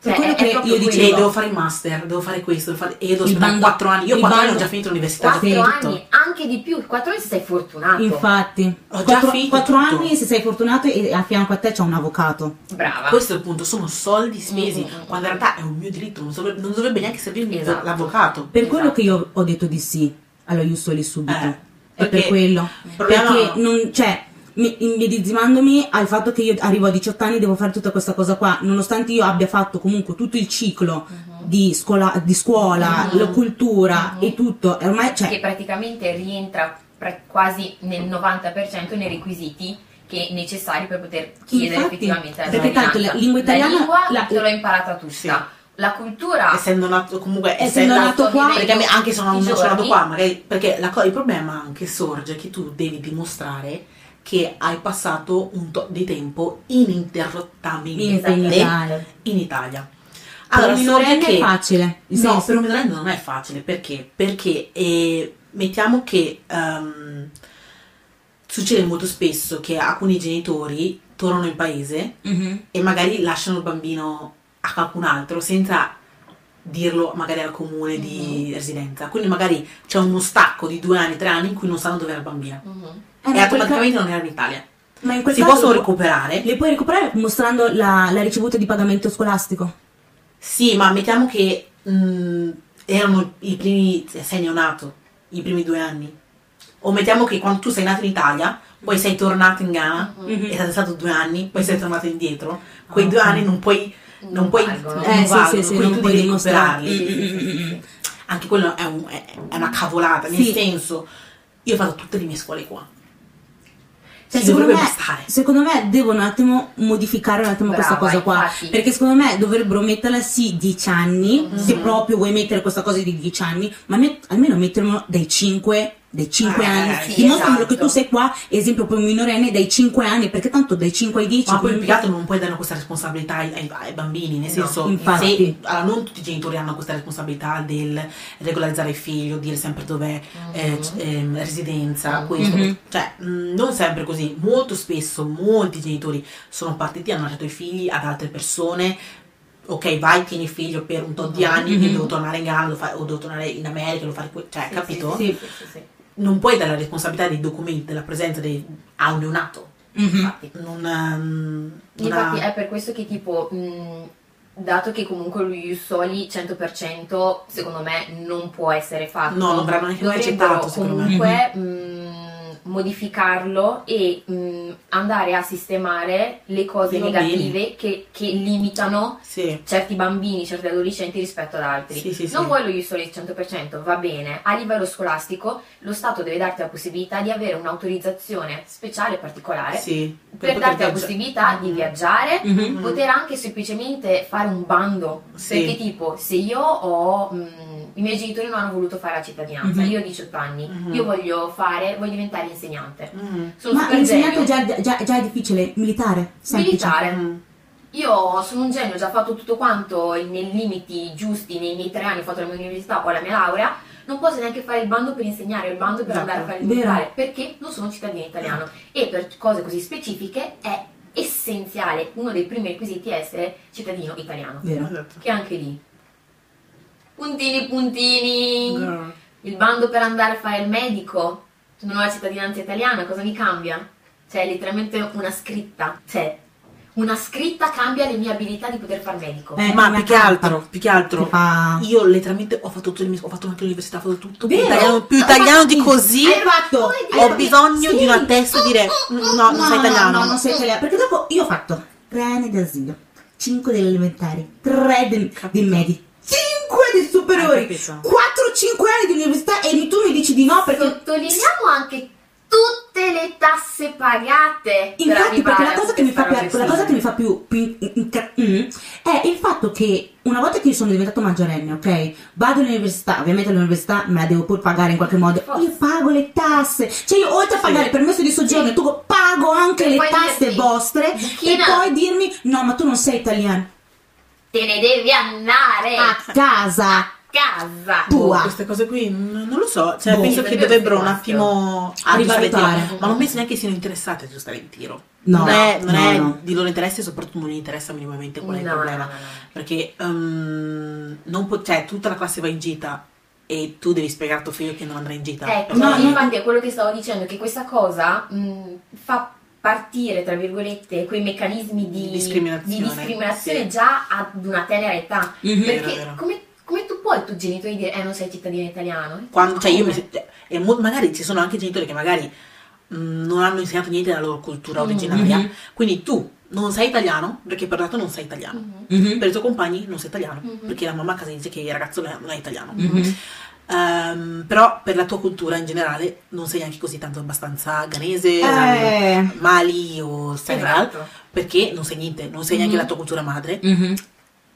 [SPEAKER 4] Cioè,
[SPEAKER 2] Per quello
[SPEAKER 4] è-
[SPEAKER 2] che
[SPEAKER 4] è
[SPEAKER 2] io
[SPEAKER 4] proprio
[SPEAKER 2] dicevo,
[SPEAKER 3] Cioè,
[SPEAKER 4] quello.
[SPEAKER 3] devo fare il master, devo fare questo, devo fare... e io devo
[SPEAKER 2] Il
[SPEAKER 3] aspettare
[SPEAKER 2] bando-
[SPEAKER 3] 4 anni. Io
[SPEAKER 2] il
[SPEAKER 3] 4 anni ho
[SPEAKER 2] bando-
[SPEAKER 3] già finito l'università, ho già
[SPEAKER 4] Quattro
[SPEAKER 3] finito
[SPEAKER 4] anni,
[SPEAKER 3] tutto.
[SPEAKER 4] anche di più, quattro anni se sei fortunato.
[SPEAKER 2] Infatti,
[SPEAKER 3] Ho già
[SPEAKER 2] 4,
[SPEAKER 3] finito tutto.
[SPEAKER 2] anni se sei fortunato e a fianco a te c'è un avvocato.
[SPEAKER 4] Brava.
[SPEAKER 3] Questo è il punto, sono soldi spesi,
[SPEAKER 4] Mm, mm, mm.
[SPEAKER 3] quando in realtà è un mio diritto, non dovrebbe, non dovrebbe neanche servirmi
[SPEAKER 4] Esatto.
[SPEAKER 3] l'avvocato.
[SPEAKER 2] Per
[SPEAKER 4] Esatto.
[SPEAKER 2] quello che io ho detto di sì allo Ius Soli subito.
[SPEAKER 3] Eh,
[SPEAKER 2] è per
[SPEAKER 3] perché
[SPEAKER 2] quello.
[SPEAKER 3] il problema-
[SPEAKER 2] Perché non, cioè, mi- immedesimandomi al fatto che io arrivo a 18 anni e devo fare tutta questa cosa qua, nonostante io abbia fatto comunque tutto il ciclo di scuola, di scuola
[SPEAKER 3] Mm-hmm.
[SPEAKER 4] Mhm.
[SPEAKER 2] la cultura e tutto, e ormai cioè,
[SPEAKER 4] che praticamente rientra pre- quasi nel 90% nei requisiti che necessari per poter chiedere
[SPEAKER 2] Infatti,
[SPEAKER 4] effettivamente la
[SPEAKER 2] perché tanto la
[SPEAKER 4] cittadinanza.
[SPEAKER 2] lingua italiana-
[SPEAKER 4] la lingua
[SPEAKER 2] la- Eh,
[SPEAKER 4] te l'ho imparata tutta
[SPEAKER 3] Sì.
[SPEAKER 4] la cultura
[SPEAKER 3] essendo nato comunque
[SPEAKER 2] Essendo
[SPEAKER 3] Ah. essendo-
[SPEAKER 2] nato qua,
[SPEAKER 3] perché a me anche se non
[SPEAKER 4] i
[SPEAKER 3] sono
[SPEAKER 4] giorni-
[SPEAKER 3] nato qua magari perché la co- il problema anche sorge che tu devi dimostrare che hai passato un tot di tempo ininterrottamente
[SPEAKER 4] Esatto.
[SPEAKER 2] Infinitale.
[SPEAKER 3] in Italia
[SPEAKER 2] per un
[SPEAKER 3] sorge
[SPEAKER 2] minorenne
[SPEAKER 3] che-
[SPEAKER 2] è facile. il
[SPEAKER 3] no
[SPEAKER 2] senso-
[SPEAKER 3] per un minorenne non è facile perché perché eh, mettiamo che ehm, succede molto spesso che alcuni genitori tornano in paese
[SPEAKER 2] Mhm.
[SPEAKER 3] e magari lasciano il bambino a qualcun altro senza dirlo magari al comune
[SPEAKER 2] Mm-hmm.
[SPEAKER 3] di residenza. Quindi magari c'è uno stacco di due anni, tre anni in cui non sanno dove era il bambino.
[SPEAKER 4] Mhm.
[SPEAKER 2] Eh, ma in
[SPEAKER 3] e
[SPEAKER 2] quel
[SPEAKER 3] automaticamente non era in Italia.
[SPEAKER 2] ca- ma in quel
[SPEAKER 3] Si
[SPEAKER 2] caso
[SPEAKER 3] possono
[SPEAKER 2] lo pu-
[SPEAKER 3] recuperare?
[SPEAKER 2] Le puoi recuperare mostrando la, la ricevuta di pagamento scolastico.
[SPEAKER 3] Sì, ma mettiamo che mh, erano i primi, se sei neonato, i primi due anni. O mettiamo che quando tu sei nato in Italia, poi sei tornato in Ghana,
[SPEAKER 2] Mhm.
[SPEAKER 3] è stato- stato due anni, poi sei tornato indietro, quei
[SPEAKER 2] Ah,
[SPEAKER 3] due
[SPEAKER 2] ok.
[SPEAKER 3] anni non puoi... Non,
[SPEAKER 4] Non
[SPEAKER 3] puoi...
[SPEAKER 4] valgono. Mm-hmm.
[SPEAKER 3] non
[SPEAKER 4] Eh,
[SPEAKER 2] sì, sì,
[SPEAKER 3] valgono,
[SPEAKER 2] sì,
[SPEAKER 3] quindi
[SPEAKER 2] non
[SPEAKER 3] tu
[SPEAKER 2] puoi
[SPEAKER 3] devi
[SPEAKER 2] dimostrarli.
[SPEAKER 3] recuperarli. anche quello è, un- è- è una cavolata, nel
[SPEAKER 2] Sì.
[SPEAKER 3] senso, io vado tutte le mie scuole qua.
[SPEAKER 2] Cioè,
[SPEAKER 3] Ci
[SPEAKER 2] secondo,
[SPEAKER 3] dovrebbe
[SPEAKER 2] me,
[SPEAKER 3] bastare.
[SPEAKER 2] secondo me devono un attimo modificare un attimo questa
[SPEAKER 4] Brava,
[SPEAKER 2] cosa qua.
[SPEAKER 4] infatti.
[SPEAKER 2] Perché secondo me dovrebbero metterla sì 10 anni,
[SPEAKER 3] Mm-hmm.
[SPEAKER 4] Mhm.
[SPEAKER 2] se proprio vuoi mettere questa cosa di 10 anni, ma met- almeno metterlo dai 5, dai 5
[SPEAKER 3] Eh,
[SPEAKER 2] anni.
[SPEAKER 3] sì,
[SPEAKER 2] Dimostramelo
[SPEAKER 4] esatto.
[SPEAKER 2] che tu sei qua, esempio per un minorenne dai 5 anni, perché tanto dai 5 ai 10.
[SPEAKER 3] Ma poi più
[SPEAKER 2] quindi-
[SPEAKER 3] che altro non puoi dare questa responsabilità ai, ai- ai bambini, nel
[SPEAKER 4] No,
[SPEAKER 3] senso,
[SPEAKER 2] infatti.
[SPEAKER 3] se, allora, non tutti i genitori hanno questa responsabilità del regolarizzare il figlio, dire sempre dov'è eh, c-
[SPEAKER 2] cioè,
[SPEAKER 3] ehm, residenza, questo.
[SPEAKER 2] Mhm.
[SPEAKER 3] Cioè, mh, non sempre così. Molto spesso, molti genitori sono partiti, hanno lasciato i figli ad altre persone. Ok, vai, tieni il figlio per un tot di anni,
[SPEAKER 2] Mhm.
[SPEAKER 3] io devo tornare in Ghana, devo fare- o devo tornare in America, devo fare que- cioè,
[SPEAKER 4] Sì,
[SPEAKER 3] capito?
[SPEAKER 4] sì, sì, sì, sì, sì.
[SPEAKER 3] non puoi dare la responsabilità dei documenti, della presenza dei, a un neonato.
[SPEAKER 2] Mhm.
[SPEAKER 4] Infatti.
[SPEAKER 3] Non, ehm, non
[SPEAKER 4] Infatti
[SPEAKER 3] ha-
[SPEAKER 4] è per questo che tipo, mh, dato che comunque lo Ius Soli 100% secondo me non può essere fatto,
[SPEAKER 3] No, non verrà neanche
[SPEAKER 4] dovrebbero
[SPEAKER 3] accettato, secondo me. Mm-hmm.
[SPEAKER 4] comunque mh, modificarlo e mh, andare a sistemare le cose
[SPEAKER 3] Sì, va
[SPEAKER 4] negative che, che limitano
[SPEAKER 3] Sì.
[SPEAKER 4] certi bambini, certi adolescenti rispetto ad altri.
[SPEAKER 3] Sì, sì, sì.
[SPEAKER 4] non vuoi lo Ius Soli 100%, va bene. A livello scolastico lo Stato deve darti la possibilità di avere un'autorizzazione speciale e particolare
[SPEAKER 3] Sì, Mm.
[SPEAKER 4] per
[SPEAKER 3] poter
[SPEAKER 4] darti la
[SPEAKER 3] viaggiare. Mm-hmm.
[SPEAKER 4] possibilità di viaggiare,
[SPEAKER 2] Mhm.
[SPEAKER 4] poter anche semplicemente fare un bando.
[SPEAKER 3] Sì.
[SPEAKER 4] Perché tipo, se io ho... mh, I miei genitori non hanno voluto fare la cittadinanza,
[SPEAKER 2] Mhm.
[SPEAKER 4] io ho 18 anni,
[SPEAKER 3] Mhm.
[SPEAKER 4] io voglio fare, voglio diventare insegnante.
[SPEAKER 3] Mm.
[SPEAKER 4] Sono
[SPEAKER 2] Ma
[SPEAKER 4] super
[SPEAKER 2] l'insegnante
[SPEAKER 4] genio.
[SPEAKER 2] già, già, già è difficile, militare, semplice.
[SPEAKER 4] Militare.
[SPEAKER 3] Mm.
[SPEAKER 4] Io sono un genio, ho già fatto tutto quanto nei limiti giusti, nei miei tre anni ho fatto la mia università, ho la mia laurea, non posso neanche fare il bando per insegnare, il bando per
[SPEAKER 3] Esatto,
[SPEAKER 4] andare a fare il
[SPEAKER 2] vero.
[SPEAKER 4] militare, perché non sono cittadino italiano e per cose così specifiche è essenziale, uno dei primi requisiti è essere cittadino italiano,
[SPEAKER 2] Vero.
[SPEAKER 3] Esatto.
[SPEAKER 4] che anche lì. Puntini, puntini,
[SPEAKER 3] Girl.
[SPEAKER 4] il bando per andare a fare il medico, non ho la cittadinanza italiana, cosa mi cambia? Cioè, è letteralmente una scritta. Cioè, una scritta cambia le mie abilità di poter fare medico.
[SPEAKER 2] Eh,
[SPEAKER 3] Ma
[SPEAKER 2] una
[SPEAKER 3] più che
[SPEAKER 2] carta.
[SPEAKER 3] altro, più che altro,
[SPEAKER 2] Ti fa-
[SPEAKER 3] io letteralmente ho fatto tutto il mio, ho fatto anche l'università, ho fatto tutto. Più
[SPEAKER 2] Vero.
[SPEAKER 3] italiano, più
[SPEAKER 4] Ho
[SPEAKER 3] italiano di
[SPEAKER 4] fatto-
[SPEAKER 3] così,
[SPEAKER 4] Hai fatto- hai
[SPEAKER 3] ho
[SPEAKER 4] fatto-
[SPEAKER 3] bisogno di una testa e dire "Mm, no, non sei italiano.
[SPEAKER 2] No, non sei italiano. Perché dopo io ho fatto tre anni di asilo, cinque delle elementari, tre del- dei medi, cinque dei superiori,
[SPEAKER 3] Hai capito?
[SPEAKER 2] 4-5 anni di università e mi- tu mi dici di no perché...
[SPEAKER 4] Sottolineiamo anche tutte le tasse pagate. per
[SPEAKER 2] Infatti,
[SPEAKER 4] arrivare
[SPEAKER 2] perché la
[SPEAKER 4] a
[SPEAKER 2] cosa che mi fa,
[SPEAKER 4] questa
[SPEAKER 2] più, la cosa che mi fa più, più inca- mm, è è il fatto che una volta che io sono diventato maggiorenne, ok? Vado all'università, ovviamente l'università me la devo pur pagare in qualche modo.
[SPEAKER 4] Forza.
[SPEAKER 2] Io pago le tasse. Cioè io oltre a pagare il permesso di soggiorno, tu pago anche
[SPEAKER 4] E
[SPEAKER 2] le
[SPEAKER 4] poi
[SPEAKER 2] tasse
[SPEAKER 4] dirti,
[SPEAKER 2] vostre
[SPEAKER 4] "Zucchina."
[SPEAKER 2] e poi dirmi "No, ma tu non sei italiano".
[SPEAKER 4] Te ne devi andare a
[SPEAKER 2] A casa.
[SPEAKER 4] casa.
[SPEAKER 2] Ah. Tu- Tua.
[SPEAKER 3] Ah, boh, queste cose qui n- non lo so, cioè,
[SPEAKER 2] Boh. Ah,
[SPEAKER 3] penso che
[SPEAKER 4] Dovrebbero
[SPEAKER 3] dovrebbero un
[SPEAKER 4] essere
[SPEAKER 3] attimo
[SPEAKER 2] A
[SPEAKER 3] aggiustare il
[SPEAKER 2] rivalutare.
[SPEAKER 3] tiro. ma non penso neanche siano interessate a aggiustare il tiro.
[SPEAKER 2] No,
[SPEAKER 3] non è, non
[SPEAKER 2] no,
[SPEAKER 3] è
[SPEAKER 2] no.
[SPEAKER 3] di loro interesse, soprattutto non gli interessa minimamente qual è il
[SPEAKER 4] No,
[SPEAKER 3] problema.
[SPEAKER 4] no, no, no.
[SPEAKER 3] Perché ehm, non po- cioè, tutta la classe va in gita e tu devi spiegare a tuo figlio che non andrà in gita.
[SPEAKER 4] Ecco,
[SPEAKER 2] No,
[SPEAKER 4] no,
[SPEAKER 2] no.
[SPEAKER 4] infatti è quello che stavo dicendo, che questa cosa mh, fa partire, tra virgolette, quei meccanismi di,
[SPEAKER 3] Di discriminazione.
[SPEAKER 4] di discriminazione
[SPEAKER 3] Sì.
[SPEAKER 4] già ad una tenera età.
[SPEAKER 2] Mhm.
[SPEAKER 4] Perché
[SPEAKER 3] Vero, vero.
[SPEAKER 4] Come, come tu puoi ai tuoi genitori dire, eh non sei cittadino italiano?
[SPEAKER 3] Quando, cioè, io mi
[SPEAKER 4] Come?
[SPEAKER 3] se- cioè, e mo- magari ci sono anche genitori che magari mh, non hanno insegnato niente della loro cultura
[SPEAKER 4] Mm.
[SPEAKER 3] originaria.
[SPEAKER 2] Mhm.
[SPEAKER 3] eh. Quindi tu non sei italiano perché per dato non sei italiano.
[SPEAKER 4] Mhm.
[SPEAKER 2] Mhm.
[SPEAKER 3] Per i tuoi compagni non sei italiano
[SPEAKER 4] Mhm.
[SPEAKER 3] perché la mamma a casa dice che il ragazzo non è- non è italiano.
[SPEAKER 4] Mm-hmm.
[SPEAKER 2] Mhm.
[SPEAKER 3] Ehm, però per la tua cultura in generale non sei neanche così tanto abbastanza ghanese,
[SPEAKER 2] Eh.
[SPEAKER 3] Mali o Senegal
[SPEAKER 4] Esatto.
[SPEAKER 3] perché non sei niente, non sei neanche
[SPEAKER 4] Mhm.
[SPEAKER 3] la tua cultura madre.
[SPEAKER 2] Mhm.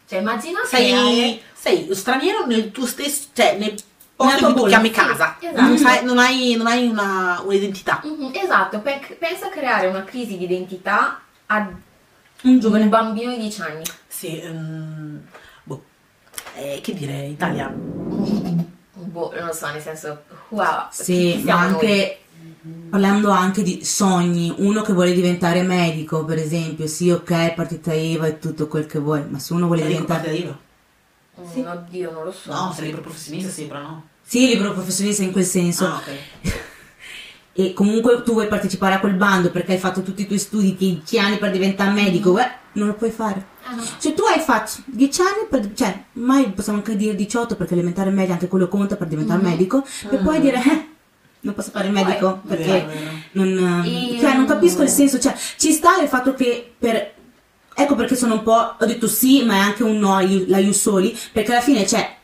[SPEAKER 4] Cioè immagina
[SPEAKER 3] Sei,
[SPEAKER 4] creare-
[SPEAKER 3] sei straniero nel tuo stesso, cioè nel
[SPEAKER 2] Nella
[SPEAKER 3] posto
[SPEAKER 2] tua
[SPEAKER 3] in cui tu
[SPEAKER 2] bolla.
[SPEAKER 3] chiami
[SPEAKER 4] Sì,
[SPEAKER 3] casa.
[SPEAKER 4] esatto.
[SPEAKER 3] Non, sai- non hai, non hai una- un'identità.
[SPEAKER 4] Mhm, esatto, pe- pensa a creare una crisi di identità a
[SPEAKER 2] Un
[SPEAKER 4] un
[SPEAKER 2] giovane
[SPEAKER 4] bambino di 10 anni.
[SPEAKER 3] Sì, ehm, boh. Eh, che dire, Italia.
[SPEAKER 4] Boh, non lo so, nel senso, wow.
[SPEAKER 2] Sì, ma
[SPEAKER 4] chi siamo noi?
[SPEAKER 2] anche parlando anche di sogni, uno che vuole diventare medico, per esempio, sì, ok, partita IVA e tutto quel che vuoi, ma se uno vuole diventare
[SPEAKER 3] IVA?
[SPEAKER 4] Mm,
[SPEAKER 2] Sì.
[SPEAKER 4] Oddio, non lo so.
[SPEAKER 3] No, sei libero professionista, sì, però no.
[SPEAKER 2] sì, libero professionista in quel senso
[SPEAKER 3] Ah, ok.
[SPEAKER 2] e comunque tu vuoi partecipare a quel bando perché hai fatto tutti i tuoi studi, 10 anni per diventare
[SPEAKER 4] Mm.
[SPEAKER 2] medico, eh, non lo puoi fare.
[SPEAKER 4] Ah, no.
[SPEAKER 2] Cioè tu hai fatto 10 anni per cioè, mai possiamo anche dire 18 perché elementare e media anche quello conta per diventare
[SPEAKER 4] Mm.
[SPEAKER 2] medico e poi dire eh, non posso fare il
[SPEAKER 4] Poi,
[SPEAKER 2] medico perché
[SPEAKER 3] Vero, vero.
[SPEAKER 2] Non,
[SPEAKER 4] Io-
[SPEAKER 2] cioè, non capisco il senso, cioè, ci sta il fatto che per... Ecco perché sono un po'... Ho detto sì, ma è anche un no, ai- la Iusoli, perché alla fine, cioè,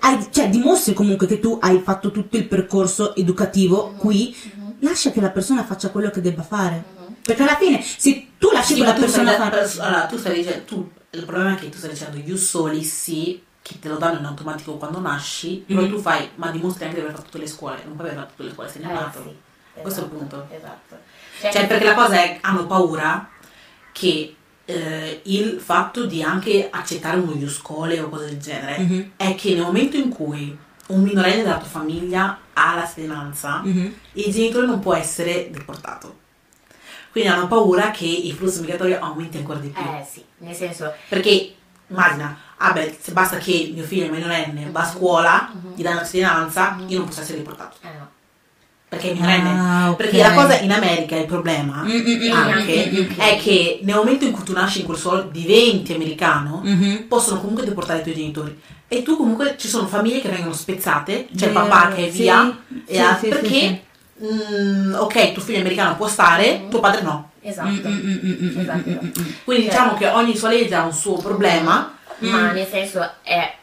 [SPEAKER 2] hai- cioè, dimostri comunque che tu hai fatto tutto il percorso educativo
[SPEAKER 3] Mm-hmm.
[SPEAKER 2] qui,
[SPEAKER 4] Mhm,
[SPEAKER 2] lascia che la persona faccia quello che debba fare.
[SPEAKER 4] mhm.
[SPEAKER 2] Perché alla fine, se tu lasci
[SPEAKER 3] Mm-hmm. Sì, ma
[SPEAKER 2] quella
[SPEAKER 3] tu stai
[SPEAKER 2] persona
[SPEAKER 3] da-
[SPEAKER 2] fare...
[SPEAKER 3] pers- allora, tu stai dicendo, tu, il problema è che tu stai dicendo you soli sì, che te lo danno in automatico quando nasci, però
[SPEAKER 2] Mhm.
[SPEAKER 3] tu fai, ma dimostri anche di aver fatto tutte le scuole, non puoi aver fatto tutte le scuole, sei
[SPEAKER 4] Eh,
[SPEAKER 3] nato.
[SPEAKER 4] sì.
[SPEAKER 3] Questo è il
[SPEAKER 4] esatto,
[SPEAKER 3] punto.
[SPEAKER 4] Esatto.
[SPEAKER 3] Cioè, perché la cosa è, hanno paura che eh, il fatto di anche accettare uno Iuscole o cose del genere
[SPEAKER 2] Mhm,
[SPEAKER 3] è che nel momento in cui un minorenne della tua famiglia ha la cittadinanza,
[SPEAKER 2] mhm.
[SPEAKER 3] il genitore non può essere deportato. Quindi hanno paura che il flusso migratorio aumenti ancora di più.
[SPEAKER 4] Eh sì, nel senso,
[SPEAKER 3] Perché immagina, ah beh, se basta che mio figlio è minorenne, va a
[SPEAKER 2] Mm-hmm.
[SPEAKER 3] scuola,
[SPEAKER 4] Mhm.
[SPEAKER 3] gli danno la cittadinanza,
[SPEAKER 4] Mhm.
[SPEAKER 3] io non posso essere deportato.
[SPEAKER 4] eh no.
[SPEAKER 3] Perché è minorenne.
[SPEAKER 2] Ah, ok.
[SPEAKER 3] Perché la cosa in America, il problema
[SPEAKER 2] Mm, mm, mm,
[SPEAKER 3] anche
[SPEAKER 2] mm, mm,
[SPEAKER 3] è che nel momento in cui tu nasci in quel suolo, diventi americano,
[SPEAKER 2] mhm.
[SPEAKER 3] possono comunque deportare i tuoi genitori. E tu comunque ci sono famiglie che vengono spezzate, c'è il Cioè,
[SPEAKER 2] Vero,
[SPEAKER 3] papà che è
[SPEAKER 2] Eh, sì,
[SPEAKER 3] via,
[SPEAKER 2] sì,
[SPEAKER 3] e la-
[SPEAKER 2] sì, sì,
[SPEAKER 3] perché
[SPEAKER 2] sì.
[SPEAKER 3] mm, ok, tuo figlio è americano può stare, tuo padre no.
[SPEAKER 4] Esatto.
[SPEAKER 2] Mm, mm, mm, mm, mm,
[SPEAKER 4] Esatto.
[SPEAKER 2] mm, mm, mm.
[SPEAKER 3] Quindi
[SPEAKER 4] Cioè-
[SPEAKER 3] diciamo che ogni sua legge ha un suo problema.
[SPEAKER 4] Ma nel senso è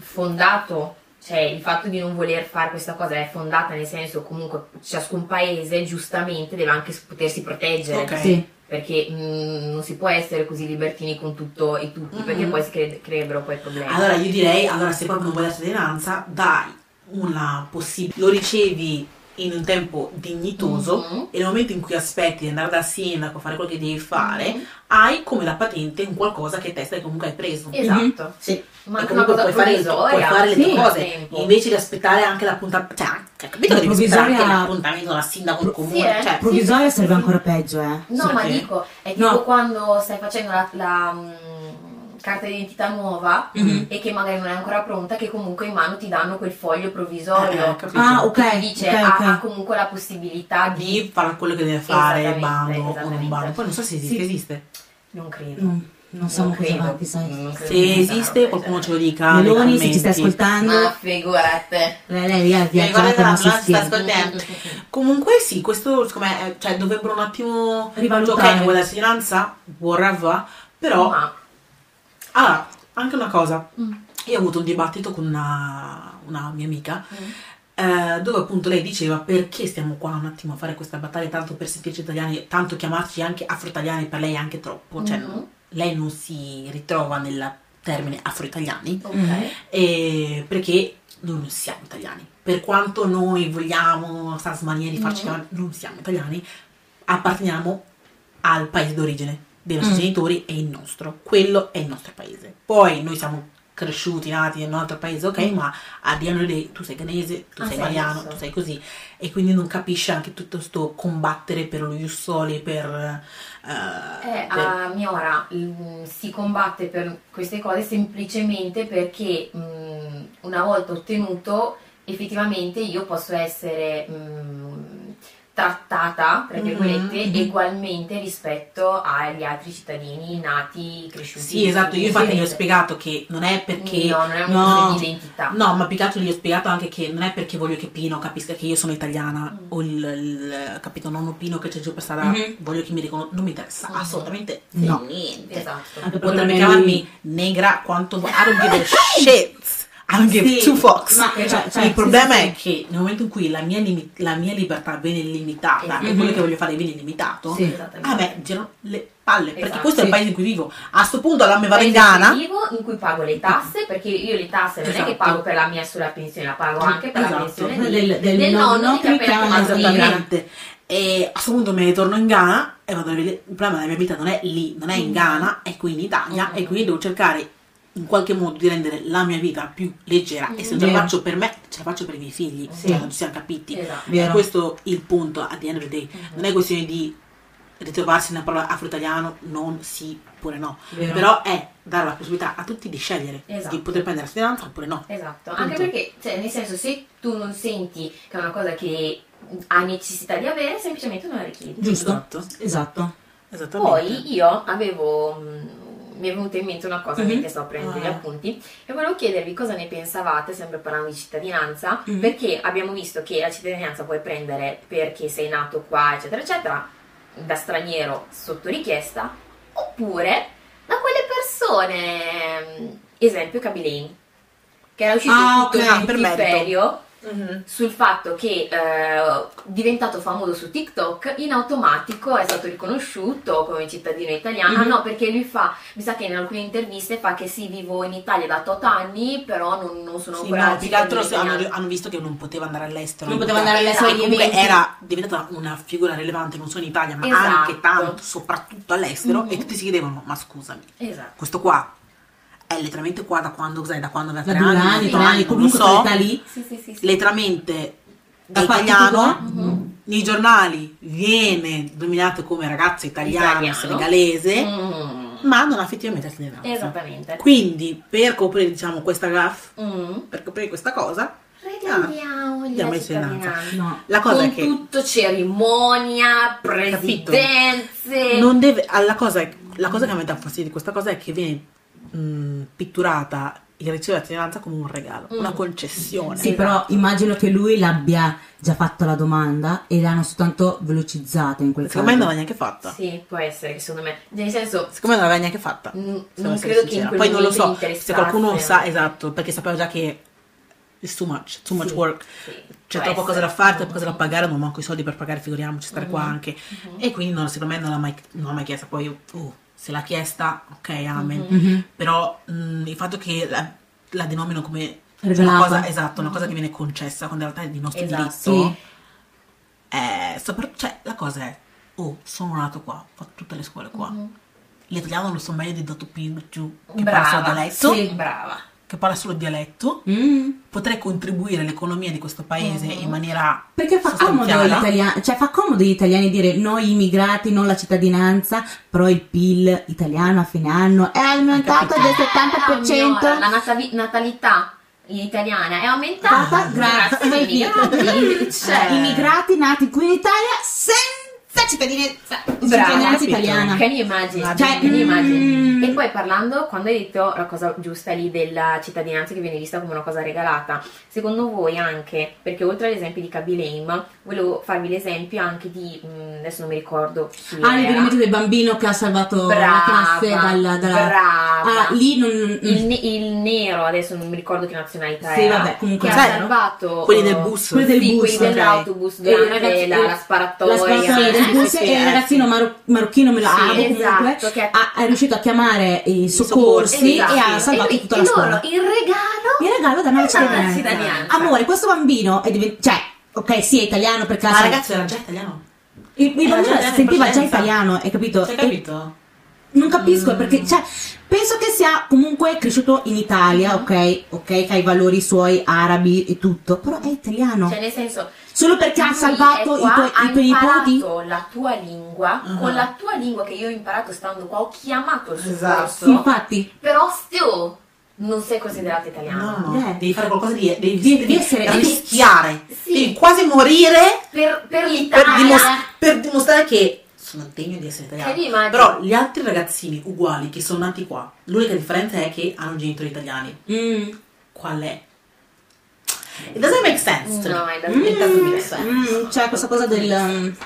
[SPEAKER 4] fondato, cioè il fatto di non voler fare questa cosa è fondata nel senso comunque ciascun paese giustamente deve anche potersi proteggere.
[SPEAKER 3] Ok.
[SPEAKER 2] Sì.
[SPEAKER 4] Perché mh, non si può essere così libertini con tutto e tutti, perché
[SPEAKER 3] Mhm.
[SPEAKER 4] poi si cre- creerebbero poi problemi.
[SPEAKER 3] Allora io direi, allora se proprio non vuoi la cittadinanza, dai una possibilità, lo ricevi in un tempo dignitoso
[SPEAKER 4] Mhm.
[SPEAKER 3] e nel momento in cui aspetti di andare dal sindaco a fare quello che devi fare, hai come la patente un qualcosa che testa che comunque hai preso.
[SPEAKER 4] Esatto.
[SPEAKER 2] Mm-hmm.
[SPEAKER 3] Sì. Mm-hmm.
[SPEAKER 4] Ma
[SPEAKER 3] E
[SPEAKER 4] anche
[SPEAKER 3] comunque
[SPEAKER 4] una cosa
[SPEAKER 3] puoi fare, le-
[SPEAKER 4] provvisoria.
[SPEAKER 3] puoi fare le
[SPEAKER 4] Sì,
[SPEAKER 3] tue cose
[SPEAKER 4] tempo.
[SPEAKER 3] invece di aspettare anche l'appuntamento. Cioè, cioè, capito
[SPEAKER 2] La
[SPEAKER 3] che devi aspettare anche
[SPEAKER 2] provvisoria-
[SPEAKER 3] l'appuntamento della sindaco del
[SPEAKER 2] Sì,
[SPEAKER 3] comune.
[SPEAKER 4] eh.
[SPEAKER 3] cioè,
[SPEAKER 2] Provvisoria serve ancora peggio, eh.
[SPEAKER 4] No,
[SPEAKER 3] Sì,
[SPEAKER 4] ma
[SPEAKER 3] perché?
[SPEAKER 4] dico, è tipo
[SPEAKER 2] No.
[SPEAKER 4] quando stai facendo la, la, mm, carta d'identità nuova
[SPEAKER 2] Mhm.
[SPEAKER 4] e che magari non è ancora pronta, che comunque in mano ti danno quel foglio provvisorio.
[SPEAKER 3] Eh, eh,
[SPEAKER 2] Ah, ok.
[SPEAKER 4] Che ti dice
[SPEAKER 2] ok,
[SPEAKER 4] ha,
[SPEAKER 2] ok.
[SPEAKER 4] ha comunque la possibilità di...
[SPEAKER 3] di fare quello che deve fare, il
[SPEAKER 4] Esattamente,
[SPEAKER 3] bando o non
[SPEAKER 4] esattamente.
[SPEAKER 3] bando. Poi non so se esiste.
[SPEAKER 2] Sì.
[SPEAKER 3] Esiste.
[SPEAKER 4] Non credo.
[SPEAKER 2] Non, non siamo
[SPEAKER 4] Non
[SPEAKER 2] così
[SPEAKER 4] credo.
[SPEAKER 2] avanti, sai.
[SPEAKER 4] Non credo che
[SPEAKER 3] Se
[SPEAKER 4] esista una roba
[SPEAKER 3] esiste,
[SPEAKER 4] del
[SPEAKER 3] qualcuno ce
[SPEAKER 4] genere.
[SPEAKER 3] lo dica. nei
[SPEAKER 2] Meloni, se ci stai
[SPEAKER 3] commenti.
[SPEAKER 2] ascoltando,
[SPEAKER 4] Ma figurate.
[SPEAKER 2] lei, lei ha
[SPEAKER 3] Mi ricordo
[SPEAKER 2] viaggiato,
[SPEAKER 3] che la
[SPEAKER 2] non si
[SPEAKER 3] Meloni ci sta
[SPEAKER 2] schiena.
[SPEAKER 3] ascoltando. Comunque sì, questo secondo me, è- cioè dovrebbero un attimo
[SPEAKER 2] Rivalutare.
[SPEAKER 3] giocare con la cittadinanza, whatever, però
[SPEAKER 4] Ma-
[SPEAKER 3] ah, anche una cosa.
[SPEAKER 4] Mm.
[SPEAKER 3] Io ho avuto un dibattito con una, una mia amica
[SPEAKER 4] Mm.
[SPEAKER 3] eh, dove appunto lei diceva perché stiamo qua un attimo a fare questa battaglia tanto per sentirci italiani, tanto chiamarci anche afro-italiani per lei è anche troppo, cioè
[SPEAKER 4] Mhm.
[SPEAKER 3] lei non si ritrova nel termine afro-italiani
[SPEAKER 4] Ok.
[SPEAKER 2] Mm.
[SPEAKER 3] eh, perché noi non siamo italiani. Per quanto noi vogliamo, sta smania di farci
[SPEAKER 4] No.
[SPEAKER 3] chiamare, non siamo italiani, apparteniamo al paese d'origine dei nostri
[SPEAKER 2] Mm.
[SPEAKER 3] genitori e il nostro. Quello è il nostro paese. Poi noi siamo cresciuti, nati in un altro paese, ok, ma a Diano dei tu sei ghanese, tu
[SPEAKER 4] Mm.
[SPEAKER 3] sei
[SPEAKER 4] Ah, sì,
[SPEAKER 3] italiano,
[SPEAKER 4] adesso.
[SPEAKER 3] tu sei così. E quindi non capisce anche tutto sto combattere per lo ius soli, per... eh,
[SPEAKER 4] Eh,
[SPEAKER 3] per-
[SPEAKER 4] a Miora mm, si combatte per queste cose semplicemente perché mm, una volta ottenuto effettivamente io posso essere mm, trattata, tra virgolette,
[SPEAKER 3] Mhm, mhm.
[SPEAKER 4] ugualmente rispetto agli altri cittadini nati, cresciuti.
[SPEAKER 3] Sì, esatto, io infatti gli ho
[SPEAKER 4] ho
[SPEAKER 3] spiegato che non è perché...
[SPEAKER 4] No, non è un
[SPEAKER 3] no.
[SPEAKER 4] no. di
[SPEAKER 2] Mm.
[SPEAKER 4] identità.
[SPEAKER 3] No, ma più che altro gli ho spiegato anche che non è perché voglio che Pino capisca che io sono italiana
[SPEAKER 4] Mm.
[SPEAKER 3] o il, il- capito nonno Pino che c'è giù per strada,
[SPEAKER 2] Mhm.
[SPEAKER 3] voglio che mi riconosca, non mi interessa
[SPEAKER 2] Mm-hmm.
[SPEAKER 4] Mhm.
[SPEAKER 3] assolutamente
[SPEAKER 2] No.
[SPEAKER 3] niente.
[SPEAKER 4] Esatto.
[SPEAKER 3] Anche
[SPEAKER 2] Potrebbe
[SPEAKER 3] potrebbe chiamarmi negra quanto vuoi, I don't give a shit, I don't give
[SPEAKER 2] Sì,
[SPEAKER 3] two fucks.
[SPEAKER 2] ma-
[SPEAKER 4] cioè-
[SPEAKER 2] cioè- cioè,
[SPEAKER 3] il
[SPEAKER 2] sì,
[SPEAKER 3] problema
[SPEAKER 2] sì,
[SPEAKER 3] è che nel momento in cui la mia, limi- la mia libertà viene limitata e
[SPEAKER 4] Mhm.
[SPEAKER 3] quello che voglio fare viene limitato,
[SPEAKER 2] Eh. Mm-hmm. Sì.
[SPEAKER 4] Esattamente.
[SPEAKER 3] a me girano le palle, perché
[SPEAKER 4] Esatto,
[SPEAKER 3] questo è il
[SPEAKER 2] sì. Eh,
[SPEAKER 3] paese in cui vivo. A sto punto alla me vado in
[SPEAKER 4] Paese
[SPEAKER 3] Ghana,
[SPEAKER 4] affettivo in cui pago le tasse perché io le tasse non è
[SPEAKER 3] Esatto.
[SPEAKER 4] che pago per la mia sola pensione la pago anche per la
[SPEAKER 3] Esatto.
[SPEAKER 4] pensione
[SPEAKER 2] Del-
[SPEAKER 4] di-
[SPEAKER 2] del nonno
[SPEAKER 4] che
[SPEAKER 2] che
[SPEAKER 4] ha perso
[SPEAKER 2] chiama
[SPEAKER 4] una figlia.
[SPEAKER 3] Esattamente. E eh, a questo punto me ne torno in Ghana e vado a vedere. Il problema della mia vita non è lì, non è in Ghana, è qui in Italia.
[SPEAKER 4] Mm.
[SPEAKER 3] E quindi devo cercare in qualche modo di rendere la mia vita più leggera. E se non ce la
[SPEAKER 2] Vero.
[SPEAKER 3] faccio per me, ce la faccio per i miei figli.
[SPEAKER 4] Sì.
[SPEAKER 3] Cioè, non ci siamo capiti.
[SPEAKER 4] Esatto.
[SPEAKER 3] E
[SPEAKER 2] Vero.
[SPEAKER 3] questo è il punto at the end of the day.
[SPEAKER 4] Mhm.
[SPEAKER 3] Non è questione di ritrovarsi nella parola afro-italiano, non sì, oppure no.
[SPEAKER 2] Vero.
[SPEAKER 3] Però è dare la possibilità a tutti di scegliere
[SPEAKER 4] Esatto.
[SPEAKER 3] di poter prendere la cittadinanza oppure no.
[SPEAKER 4] Esatto,
[SPEAKER 3] Punto.
[SPEAKER 4] anche perché, cioè, nel senso, se tu non senti che è una cosa che hai necessità di avere, semplicemente non la richiedi.
[SPEAKER 2] Giusto.
[SPEAKER 3] Esatto.
[SPEAKER 2] Esatto.
[SPEAKER 3] Esattamente.
[SPEAKER 4] Poi io avevo, mm, mi è venuta in mente una cosa
[SPEAKER 2] Mhm.
[SPEAKER 4] mentre sto prendendo gli
[SPEAKER 3] Ah.
[SPEAKER 4] appunti e volevo chiedervi cosa ne pensavate, sempre parlando di cittadinanza,
[SPEAKER 2] Mhm.
[SPEAKER 4] perché abbiamo visto che la cittadinanza puoi prendere perché sei nato qua, eccetera, eccetera, da straniero sotto richiesta, oppure da quelle persone, mm, esempio Cabilein, che era uscito
[SPEAKER 2] Ah,
[SPEAKER 4] tutto
[SPEAKER 2] ok,
[SPEAKER 4] un
[SPEAKER 3] per merito.
[SPEAKER 4] putiferio
[SPEAKER 3] Mhm.
[SPEAKER 4] sul fatto che eh, diventato famoso su TikTok in automatico è stato riconosciuto come cittadino italiano
[SPEAKER 3] Mm-hmm.
[SPEAKER 4] Ah,
[SPEAKER 2] Mhm.
[SPEAKER 4] no perché lui fa mi sa che in alcune interviste fa che sì vivo in Italia da tot anni però non, non sono
[SPEAKER 3] Sì,
[SPEAKER 4] ancora
[SPEAKER 3] no, più che altro
[SPEAKER 4] cittadino
[SPEAKER 3] hanno,
[SPEAKER 4] italiano.
[SPEAKER 3] hanno visto che non poteva andare all'estero.
[SPEAKER 2] Non poteva andare all'estero
[SPEAKER 3] Perché
[SPEAKER 2] agli
[SPEAKER 3] comunque
[SPEAKER 2] eventi.
[SPEAKER 3] era diventata una figura rilevante non solo in Italia, ma
[SPEAKER 4] Esatto.
[SPEAKER 3] anche tanto, soprattutto all'estero.
[SPEAKER 2] Mm-hmm.
[SPEAKER 4] Mhm.
[SPEAKER 3] E tutti si chiedevano: ma scusami,
[SPEAKER 4] esatto
[SPEAKER 3] questo qua è letteralmente qua da quando cos'è? Da quando aveva
[SPEAKER 2] Da
[SPEAKER 3] tre
[SPEAKER 2] due
[SPEAKER 3] anni,
[SPEAKER 2] anni,
[SPEAKER 3] quattro
[SPEAKER 2] tre anni,
[SPEAKER 3] anni, non lo
[SPEAKER 2] comunque
[SPEAKER 3] so.
[SPEAKER 2] quell'età lì.
[SPEAKER 4] sì sì sì, sì.
[SPEAKER 3] Letteralmente da
[SPEAKER 2] Da Mm-hmm. quanti
[SPEAKER 3] italiano,
[SPEAKER 2] anni
[SPEAKER 4] Mhm.
[SPEAKER 3] nei giornali viene denominato come ragazzo italiano,
[SPEAKER 4] Italiano.
[SPEAKER 3] senegalese,
[SPEAKER 4] Mm.
[SPEAKER 3] ma non ha effettivamente
[SPEAKER 2] Eh,
[SPEAKER 3] la cittadinanza.
[SPEAKER 4] esattamente
[SPEAKER 3] Quindi, per coprire, diciamo, questa gaff,
[SPEAKER 4] Mm.
[SPEAKER 3] per coprire questa cosa,
[SPEAKER 4] regaliamogli
[SPEAKER 3] Diamo
[SPEAKER 4] la
[SPEAKER 3] il senato.
[SPEAKER 4] cittadinanza
[SPEAKER 2] No.
[SPEAKER 3] la cosa
[SPEAKER 4] con
[SPEAKER 3] è che
[SPEAKER 4] tutto cerimonia
[SPEAKER 3] Capito.
[SPEAKER 4] presidenze
[SPEAKER 3] non deve alla cosa, la cosa che mi dà fastidio di questa cosa è che viene mh, pitturata il ricevere la cittadinanza come un regalo,
[SPEAKER 4] Mm.
[SPEAKER 3] una concessione.
[SPEAKER 2] Sì, però immagino che lui l'abbia già fatto la domanda e l'hanno soltanto velocizzata in quel
[SPEAKER 3] Secondo me non l'aveva
[SPEAKER 2] caso.
[SPEAKER 3] neanche fatta.
[SPEAKER 4] Sì, può essere, secondo me. Nel senso,
[SPEAKER 3] Secondo me non l'aveva neanche fatta.
[SPEAKER 4] Mm, non
[SPEAKER 3] se devo essere
[SPEAKER 4] credo che in
[SPEAKER 3] sincera.
[SPEAKER 4] quel
[SPEAKER 3] Poi non lo
[SPEAKER 4] momento
[SPEAKER 3] so
[SPEAKER 4] gli
[SPEAKER 3] se
[SPEAKER 4] interessasse.
[SPEAKER 3] qualcuno sa esatto, perché sapevo già che it's too much, too much
[SPEAKER 4] Sì,
[SPEAKER 3] work.
[SPEAKER 4] sì,
[SPEAKER 3] C'è
[SPEAKER 4] può
[SPEAKER 3] troppa cosa da
[SPEAKER 4] essere.
[SPEAKER 3] fare, troppe cose da pagare, non ho manco i soldi per pagare, figuriamoci, stare qua
[SPEAKER 4] Mhm.
[SPEAKER 3] anche.
[SPEAKER 4] Mhm.
[SPEAKER 3] E quindi non, secondo me non l'ha mai, non l'ha mai chiesta. Poi, oh, se l'ha chiesta, ok, amen.
[SPEAKER 4] Mm-hmm.
[SPEAKER 2] Mhm.
[SPEAKER 3] Però mh, il fatto che la, la denomino come una
[SPEAKER 2] Regalata.
[SPEAKER 3] cosa, esatto, una cosa che viene concessa, quando in realtà è di nostro
[SPEAKER 4] Esatto.
[SPEAKER 3] diritto, è sopra- cioè, la cosa è, oh, sono nato qua, ho fatto tutte le scuole qua.
[SPEAKER 4] Mhm.
[SPEAKER 3] L'italiano lo so meglio di dato Pinggiu, che parla solo
[SPEAKER 4] Brava.
[SPEAKER 3] dialetto,
[SPEAKER 4] Sì, brava.
[SPEAKER 3] che parla solo dialetto,
[SPEAKER 2] Mm.
[SPEAKER 3] potrei contribuire all'economia di questo paese
[SPEAKER 4] Mhm.
[SPEAKER 3] in maniera
[SPEAKER 2] Perché fa comodo,
[SPEAKER 3] sostanziale.
[SPEAKER 2] agli italiani- cioè fa comodo agli italiani dire noi immigrati, non la cittadinanza, però il PIL italiano a fine anno è aumentato del
[SPEAKER 4] Signora,
[SPEAKER 2] 70%.
[SPEAKER 4] La natavi- natalità italiana è aumentata
[SPEAKER 2] Ah,
[SPEAKER 4] grazie
[SPEAKER 2] grazie.
[SPEAKER 4] ai migranti. Cioè,
[SPEAKER 2] Cioè, immigrati nati qui in Italia senza cittadinanza,
[SPEAKER 4] Brava,
[SPEAKER 2] cittadinanza
[SPEAKER 3] capito.
[SPEAKER 2] italiana.
[SPEAKER 4] Can you imagine?
[SPEAKER 2] Cioè,
[SPEAKER 4] Can you imagine?
[SPEAKER 2] mm.
[SPEAKER 4] E poi parlando, quando hai detto la cosa giusta lì della cittadinanza che viene vista come una cosa regalata, secondo voi anche, perché oltre agli esempi di Kabileim, volevo farvi l'esempio anche di, mm, adesso non mi ricordo chi
[SPEAKER 2] Ah, mi
[SPEAKER 4] era.
[SPEAKER 2] viene in mente del bambino che ha salvato la
[SPEAKER 4] Brava,
[SPEAKER 2] classe dalla... dalla-
[SPEAKER 4] brava.
[SPEAKER 2] Ah, lì non...
[SPEAKER 4] il, ne- il nero, adesso non mi ricordo che nazionalità
[SPEAKER 2] Sì,
[SPEAKER 4] era,
[SPEAKER 2] vabbè, comunque
[SPEAKER 4] che ha
[SPEAKER 2] sai,
[SPEAKER 4] salvato
[SPEAKER 3] Quelli
[SPEAKER 4] eh,
[SPEAKER 3] del bus.
[SPEAKER 2] Quelli del
[SPEAKER 4] sì,
[SPEAKER 2] bus,
[SPEAKER 4] quelli
[SPEAKER 2] ok.
[SPEAKER 4] dell'autobus
[SPEAKER 2] Eh,
[SPEAKER 4] durante
[SPEAKER 2] ragazzi,
[SPEAKER 4] la,
[SPEAKER 2] eh,
[SPEAKER 4] la sparatoria.
[SPEAKER 2] la sparatoria,
[SPEAKER 4] Eh,
[SPEAKER 2] sì, Comunque
[SPEAKER 4] sì,
[SPEAKER 2] il
[SPEAKER 4] eh,
[SPEAKER 2] ragazzino maro- marocchino me lo
[SPEAKER 4] Sì,
[SPEAKER 2] ah, comunque,
[SPEAKER 4] esatto, che-
[SPEAKER 2] ha- è riuscito a chiamare i
[SPEAKER 3] soccorsi,
[SPEAKER 2] soccorsi
[SPEAKER 4] Esatto.
[SPEAKER 2] e ha salvato
[SPEAKER 4] E lui-
[SPEAKER 2] tutta la
[SPEAKER 4] e loro,
[SPEAKER 2] scuola.
[SPEAKER 4] Il regalo
[SPEAKER 2] Il regalo da una
[SPEAKER 4] da cittadinanza.
[SPEAKER 2] Amore, questo bambino è diventato... Cioè, ok, sì, è italiano perché... la
[SPEAKER 3] Ma
[SPEAKER 2] sa-
[SPEAKER 3] ragazzo era già italiano.
[SPEAKER 2] Il, il
[SPEAKER 4] eh,
[SPEAKER 3] era
[SPEAKER 2] bambino
[SPEAKER 3] già
[SPEAKER 2] si sentiva già
[SPEAKER 3] in partenza.
[SPEAKER 2] italiano, hai capito?
[SPEAKER 4] Cioè,
[SPEAKER 3] Hai
[SPEAKER 2] E-
[SPEAKER 3] capito?
[SPEAKER 2] Non
[SPEAKER 4] Mm.
[SPEAKER 2] capisco perché, cioè, penso che sia comunque cresciuto in Italia, ok? Ok, che ha i valori suoi arabi e tutto, però è italiano.
[SPEAKER 4] Cioè, nel senso,
[SPEAKER 2] Solo perché ha
[SPEAKER 4] lui
[SPEAKER 2] salvato
[SPEAKER 4] è
[SPEAKER 2] i
[SPEAKER 4] qua,
[SPEAKER 2] tuoi,
[SPEAKER 4] ha
[SPEAKER 2] i tuoi nipoti?
[SPEAKER 4] imparato la tua lingua,
[SPEAKER 3] Ah.
[SPEAKER 4] con la tua lingua che io ho imparato stando qua, ho chiamato il
[SPEAKER 3] Esatto.
[SPEAKER 4] soccorso,
[SPEAKER 2] Sì, infatti.
[SPEAKER 4] però still non sei considerato italiano.
[SPEAKER 3] No, no, no.
[SPEAKER 2] Eh.
[SPEAKER 3] Devi fare qualcosa di. Devi,
[SPEAKER 2] Devi-
[SPEAKER 3] devi-
[SPEAKER 2] devi essere-
[SPEAKER 3] devi rischiare.
[SPEAKER 4] Sì.
[SPEAKER 3] Devi quasi morire
[SPEAKER 4] Per, per
[SPEAKER 3] per,
[SPEAKER 4] l'Italia,
[SPEAKER 3] dimos- per dimostrare che sono degno di essere
[SPEAKER 4] Cioè,
[SPEAKER 3] italiano.
[SPEAKER 4] lì immagini-
[SPEAKER 3] Però gli altri ragazzini uguali che sono nati qua, l'unica differenza è che hanno genitori italiani.
[SPEAKER 2] Mm.
[SPEAKER 3] Qual è? It doesn't make sense. to me. cioè,
[SPEAKER 4] No, è da
[SPEAKER 3] It doesn't make
[SPEAKER 4] Cioè,
[SPEAKER 3] sense.
[SPEAKER 2] Mm, c'è questa cosa del... um,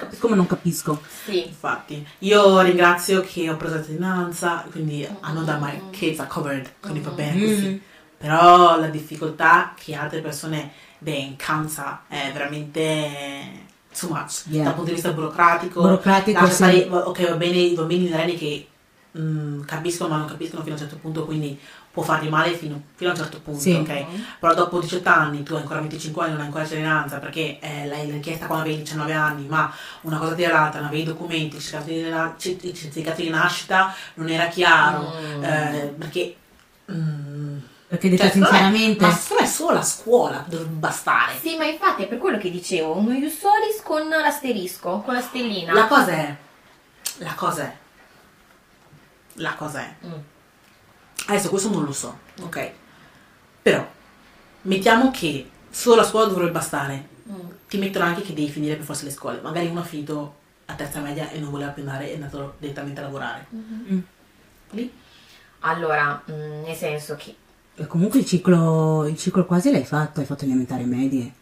[SPEAKER 2] capisco, come non capisco?
[SPEAKER 4] sì.
[SPEAKER 3] Infatti, io ringrazio che ho preso la cittadinanza, quindi hanno da my kids are covered, quindi va bene così.
[SPEAKER 2] Mm.
[SPEAKER 3] Però la difficoltà che altre persone beh, incansa è veramente too much,
[SPEAKER 2] Yeah.
[SPEAKER 3] dal punto di vista burocratico.
[SPEAKER 2] Burocratico,
[SPEAKER 3] lascia
[SPEAKER 2] sì.
[SPEAKER 3] stare- va- ok, va bene, i bambini italiani che mm, capiscono ma non capiscono fino a un certo punto, quindi può fargli male fino, fino a un certo punto,
[SPEAKER 2] Sì.
[SPEAKER 3] ok? Però dopo 18 anni, tu hai ancora 25 anni, non hai ancora cittadinanza, perché eh, l'hai richiesta quando avevi 19 anni, ma una cosa tira l'altra, non avevi i documenti, il certificato di na- c- il certificato di nascita non era chiaro,
[SPEAKER 4] Mm.
[SPEAKER 3] eh, perché... mm,
[SPEAKER 2] Perché detto
[SPEAKER 3] cioè, secondo me-
[SPEAKER 2] sinceramente...
[SPEAKER 3] ma secondo me solo la scuola dovrebbe bastare.
[SPEAKER 4] Sì, ma infatti è per quello che dicevo, uno ius solis con l'asterisco, con la stellina.
[SPEAKER 3] La cosa è... La cosa è... La cosa è...
[SPEAKER 4] Mm.
[SPEAKER 3] Adesso questo non lo so, ok? Però, mettiamo che solo la scuola dovrebbe bastare.
[SPEAKER 4] Mm.
[SPEAKER 3] Ti mettono anche che devi finire per forza le scuole. Magari uno ha finito a terza media e non voleva più andare, è andato direttamente a lavorare. Lì?
[SPEAKER 4] Allora, mm, nel senso che
[SPEAKER 2] E eh, Comunque il ciclo, il ciclo quasi l'hai fatto, hai fatto elementari e medie.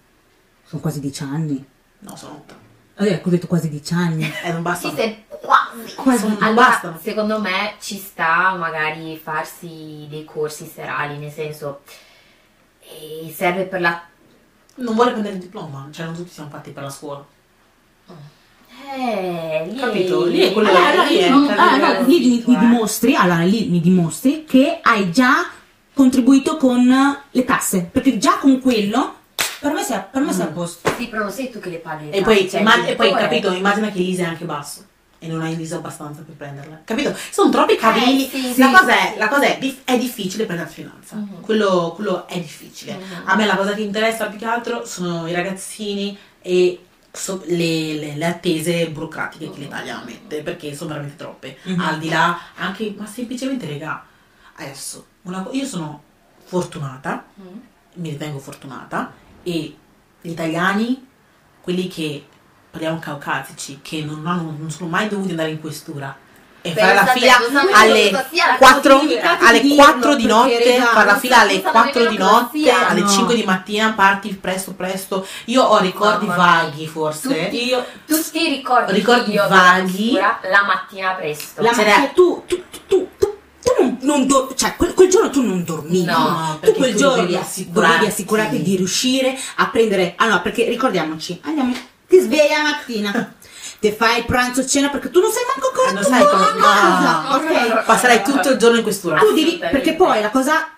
[SPEAKER 2] Sono quasi dieci anni.
[SPEAKER 3] No, sono otto.
[SPEAKER 2] Eh, ecco, ho detto quasi dieci anni.
[SPEAKER 3] Eh, non basta.
[SPEAKER 4] sì, se quasi
[SPEAKER 2] Quasi.
[SPEAKER 3] Sono-
[SPEAKER 4] Allora,
[SPEAKER 3] basta.
[SPEAKER 4] secondo me ci sta magari farsi dei corsi serali, nel senso eh, serve per la...
[SPEAKER 3] Non vuole prendere il diploma, cioè non tutti siamo fatti per la scuola.
[SPEAKER 4] Eh, lì
[SPEAKER 3] Capito, lì eh, è quello-
[SPEAKER 4] Allora,
[SPEAKER 2] Allora,
[SPEAKER 3] lì è-
[SPEAKER 2] non- ah,
[SPEAKER 4] capito,
[SPEAKER 2] no, lì mi-
[SPEAKER 4] capito,
[SPEAKER 2] mi
[SPEAKER 4] eh.
[SPEAKER 2] dimostri, allora lì mi dimostri che hai già contribuito con le tasse, perché già con quello per me sei, a- per me sei a posto.
[SPEAKER 4] Sì, però non sei tu che le paghi. le
[SPEAKER 3] E poi,
[SPEAKER 4] tasse,
[SPEAKER 3] ma-
[SPEAKER 4] cioè,
[SPEAKER 3] e poi,
[SPEAKER 4] il
[SPEAKER 3] capito,
[SPEAKER 4] genitore.
[SPEAKER 3] immagina che Elisa è anche basso e non hai Elisa abbastanza per prenderla. Capito? Sono troppi cavilli.
[SPEAKER 4] Eh, sì,
[SPEAKER 3] la,
[SPEAKER 4] sì,
[SPEAKER 3] cosa è,
[SPEAKER 4] sì.
[SPEAKER 3] la cosa è, dif- è difficile prendere la finanza.
[SPEAKER 4] Mhm.
[SPEAKER 3] Quello, quello è difficile.
[SPEAKER 4] Mhm.
[SPEAKER 3] A me la cosa che interessa più che altro sono i ragazzini e so- le, le- le attese burocratiche che l'Italia mette, perché sono veramente troppe.
[SPEAKER 2] Mhm.
[SPEAKER 3] Al di là, anche, ma semplicemente, regà, adesso, una co- io sono fortunata
[SPEAKER 4] Mm.
[SPEAKER 3] mi ritengo fortunata e gli italiani, quelli che parliamo caucasici, che non, hanno- non sono mai dovuti andare in questura e fare la
[SPEAKER 4] Pensate,
[SPEAKER 3] fila
[SPEAKER 4] non sanno
[SPEAKER 3] alle
[SPEAKER 4] cosa sia la
[SPEAKER 3] 4,
[SPEAKER 4] comunicata
[SPEAKER 3] alle
[SPEAKER 2] di dirlo,
[SPEAKER 3] 4 di
[SPEAKER 2] perché,
[SPEAKER 3] notte,
[SPEAKER 2] raga,
[SPEAKER 3] fare la
[SPEAKER 4] non
[SPEAKER 3] fila alle
[SPEAKER 4] sanno
[SPEAKER 3] 4 di
[SPEAKER 4] nemmeno cosa
[SPEAKER 3] notte,
[SPEAKER 4] sia.
[SPEAKER 3] alle
[SPEAKER 2] No.
[SPEAKER 3] 5 di mattina, parti presto presto. Io ho ricordi
[SPEAKER 4] Mamma mia.
[SPEAKER 3] vaghi forse.
[SPEAKER 4] Tutti, tutti i ricordi,
[SPEAKER 3] Ricordi
[SPEAKER 4] che io ho
[SPEAKER 3] vaghi.
[SPEAKER 4] della scuola, la mattina presto.
[SPEAKER 2] La
[SPEAKER 3] Cioè,
[SPEAKER 2] cioè, tu, tu, tu, tu, tu- tu non, non dor- cioè quel, quel giorno tu non dormivi.
[SPEAKER 4] No,
[SPEAKER 2] tu
[SPEAKER 3] perché
[SPEAKER 2] quel
[SPEAKER 3] tu
[SPEAKER 2] giorno
[SPEAKER 3] dovevi assicurarti.
[SPEAKER 2] dovevi assicurarti di riuscire a prendere. Ah no, perché ricordiamoci, andiamo, ti svegli la mattina. Ti fai il pranzo cena perché tu non sai manco cosa
[SPEAKER 3] Non
[SPEAKER 2] tu
[SPEAKER 3] Eh, sai
[SPEAKER 2] vuoi
[SPEAKER 3] cosa-
[SPEAKER 2] a casa,
[SPEAKER 3] no.
[SPEAKER 2] ok?
[SPEAKER 3] Passerai tutto il giorno in questura.
[SPEAKER 4] Ah,
[SPEAKER 2] tu devi,
[SPEAKER 4] Assolutamente.
[SPEAKER 2] perché poi la cosa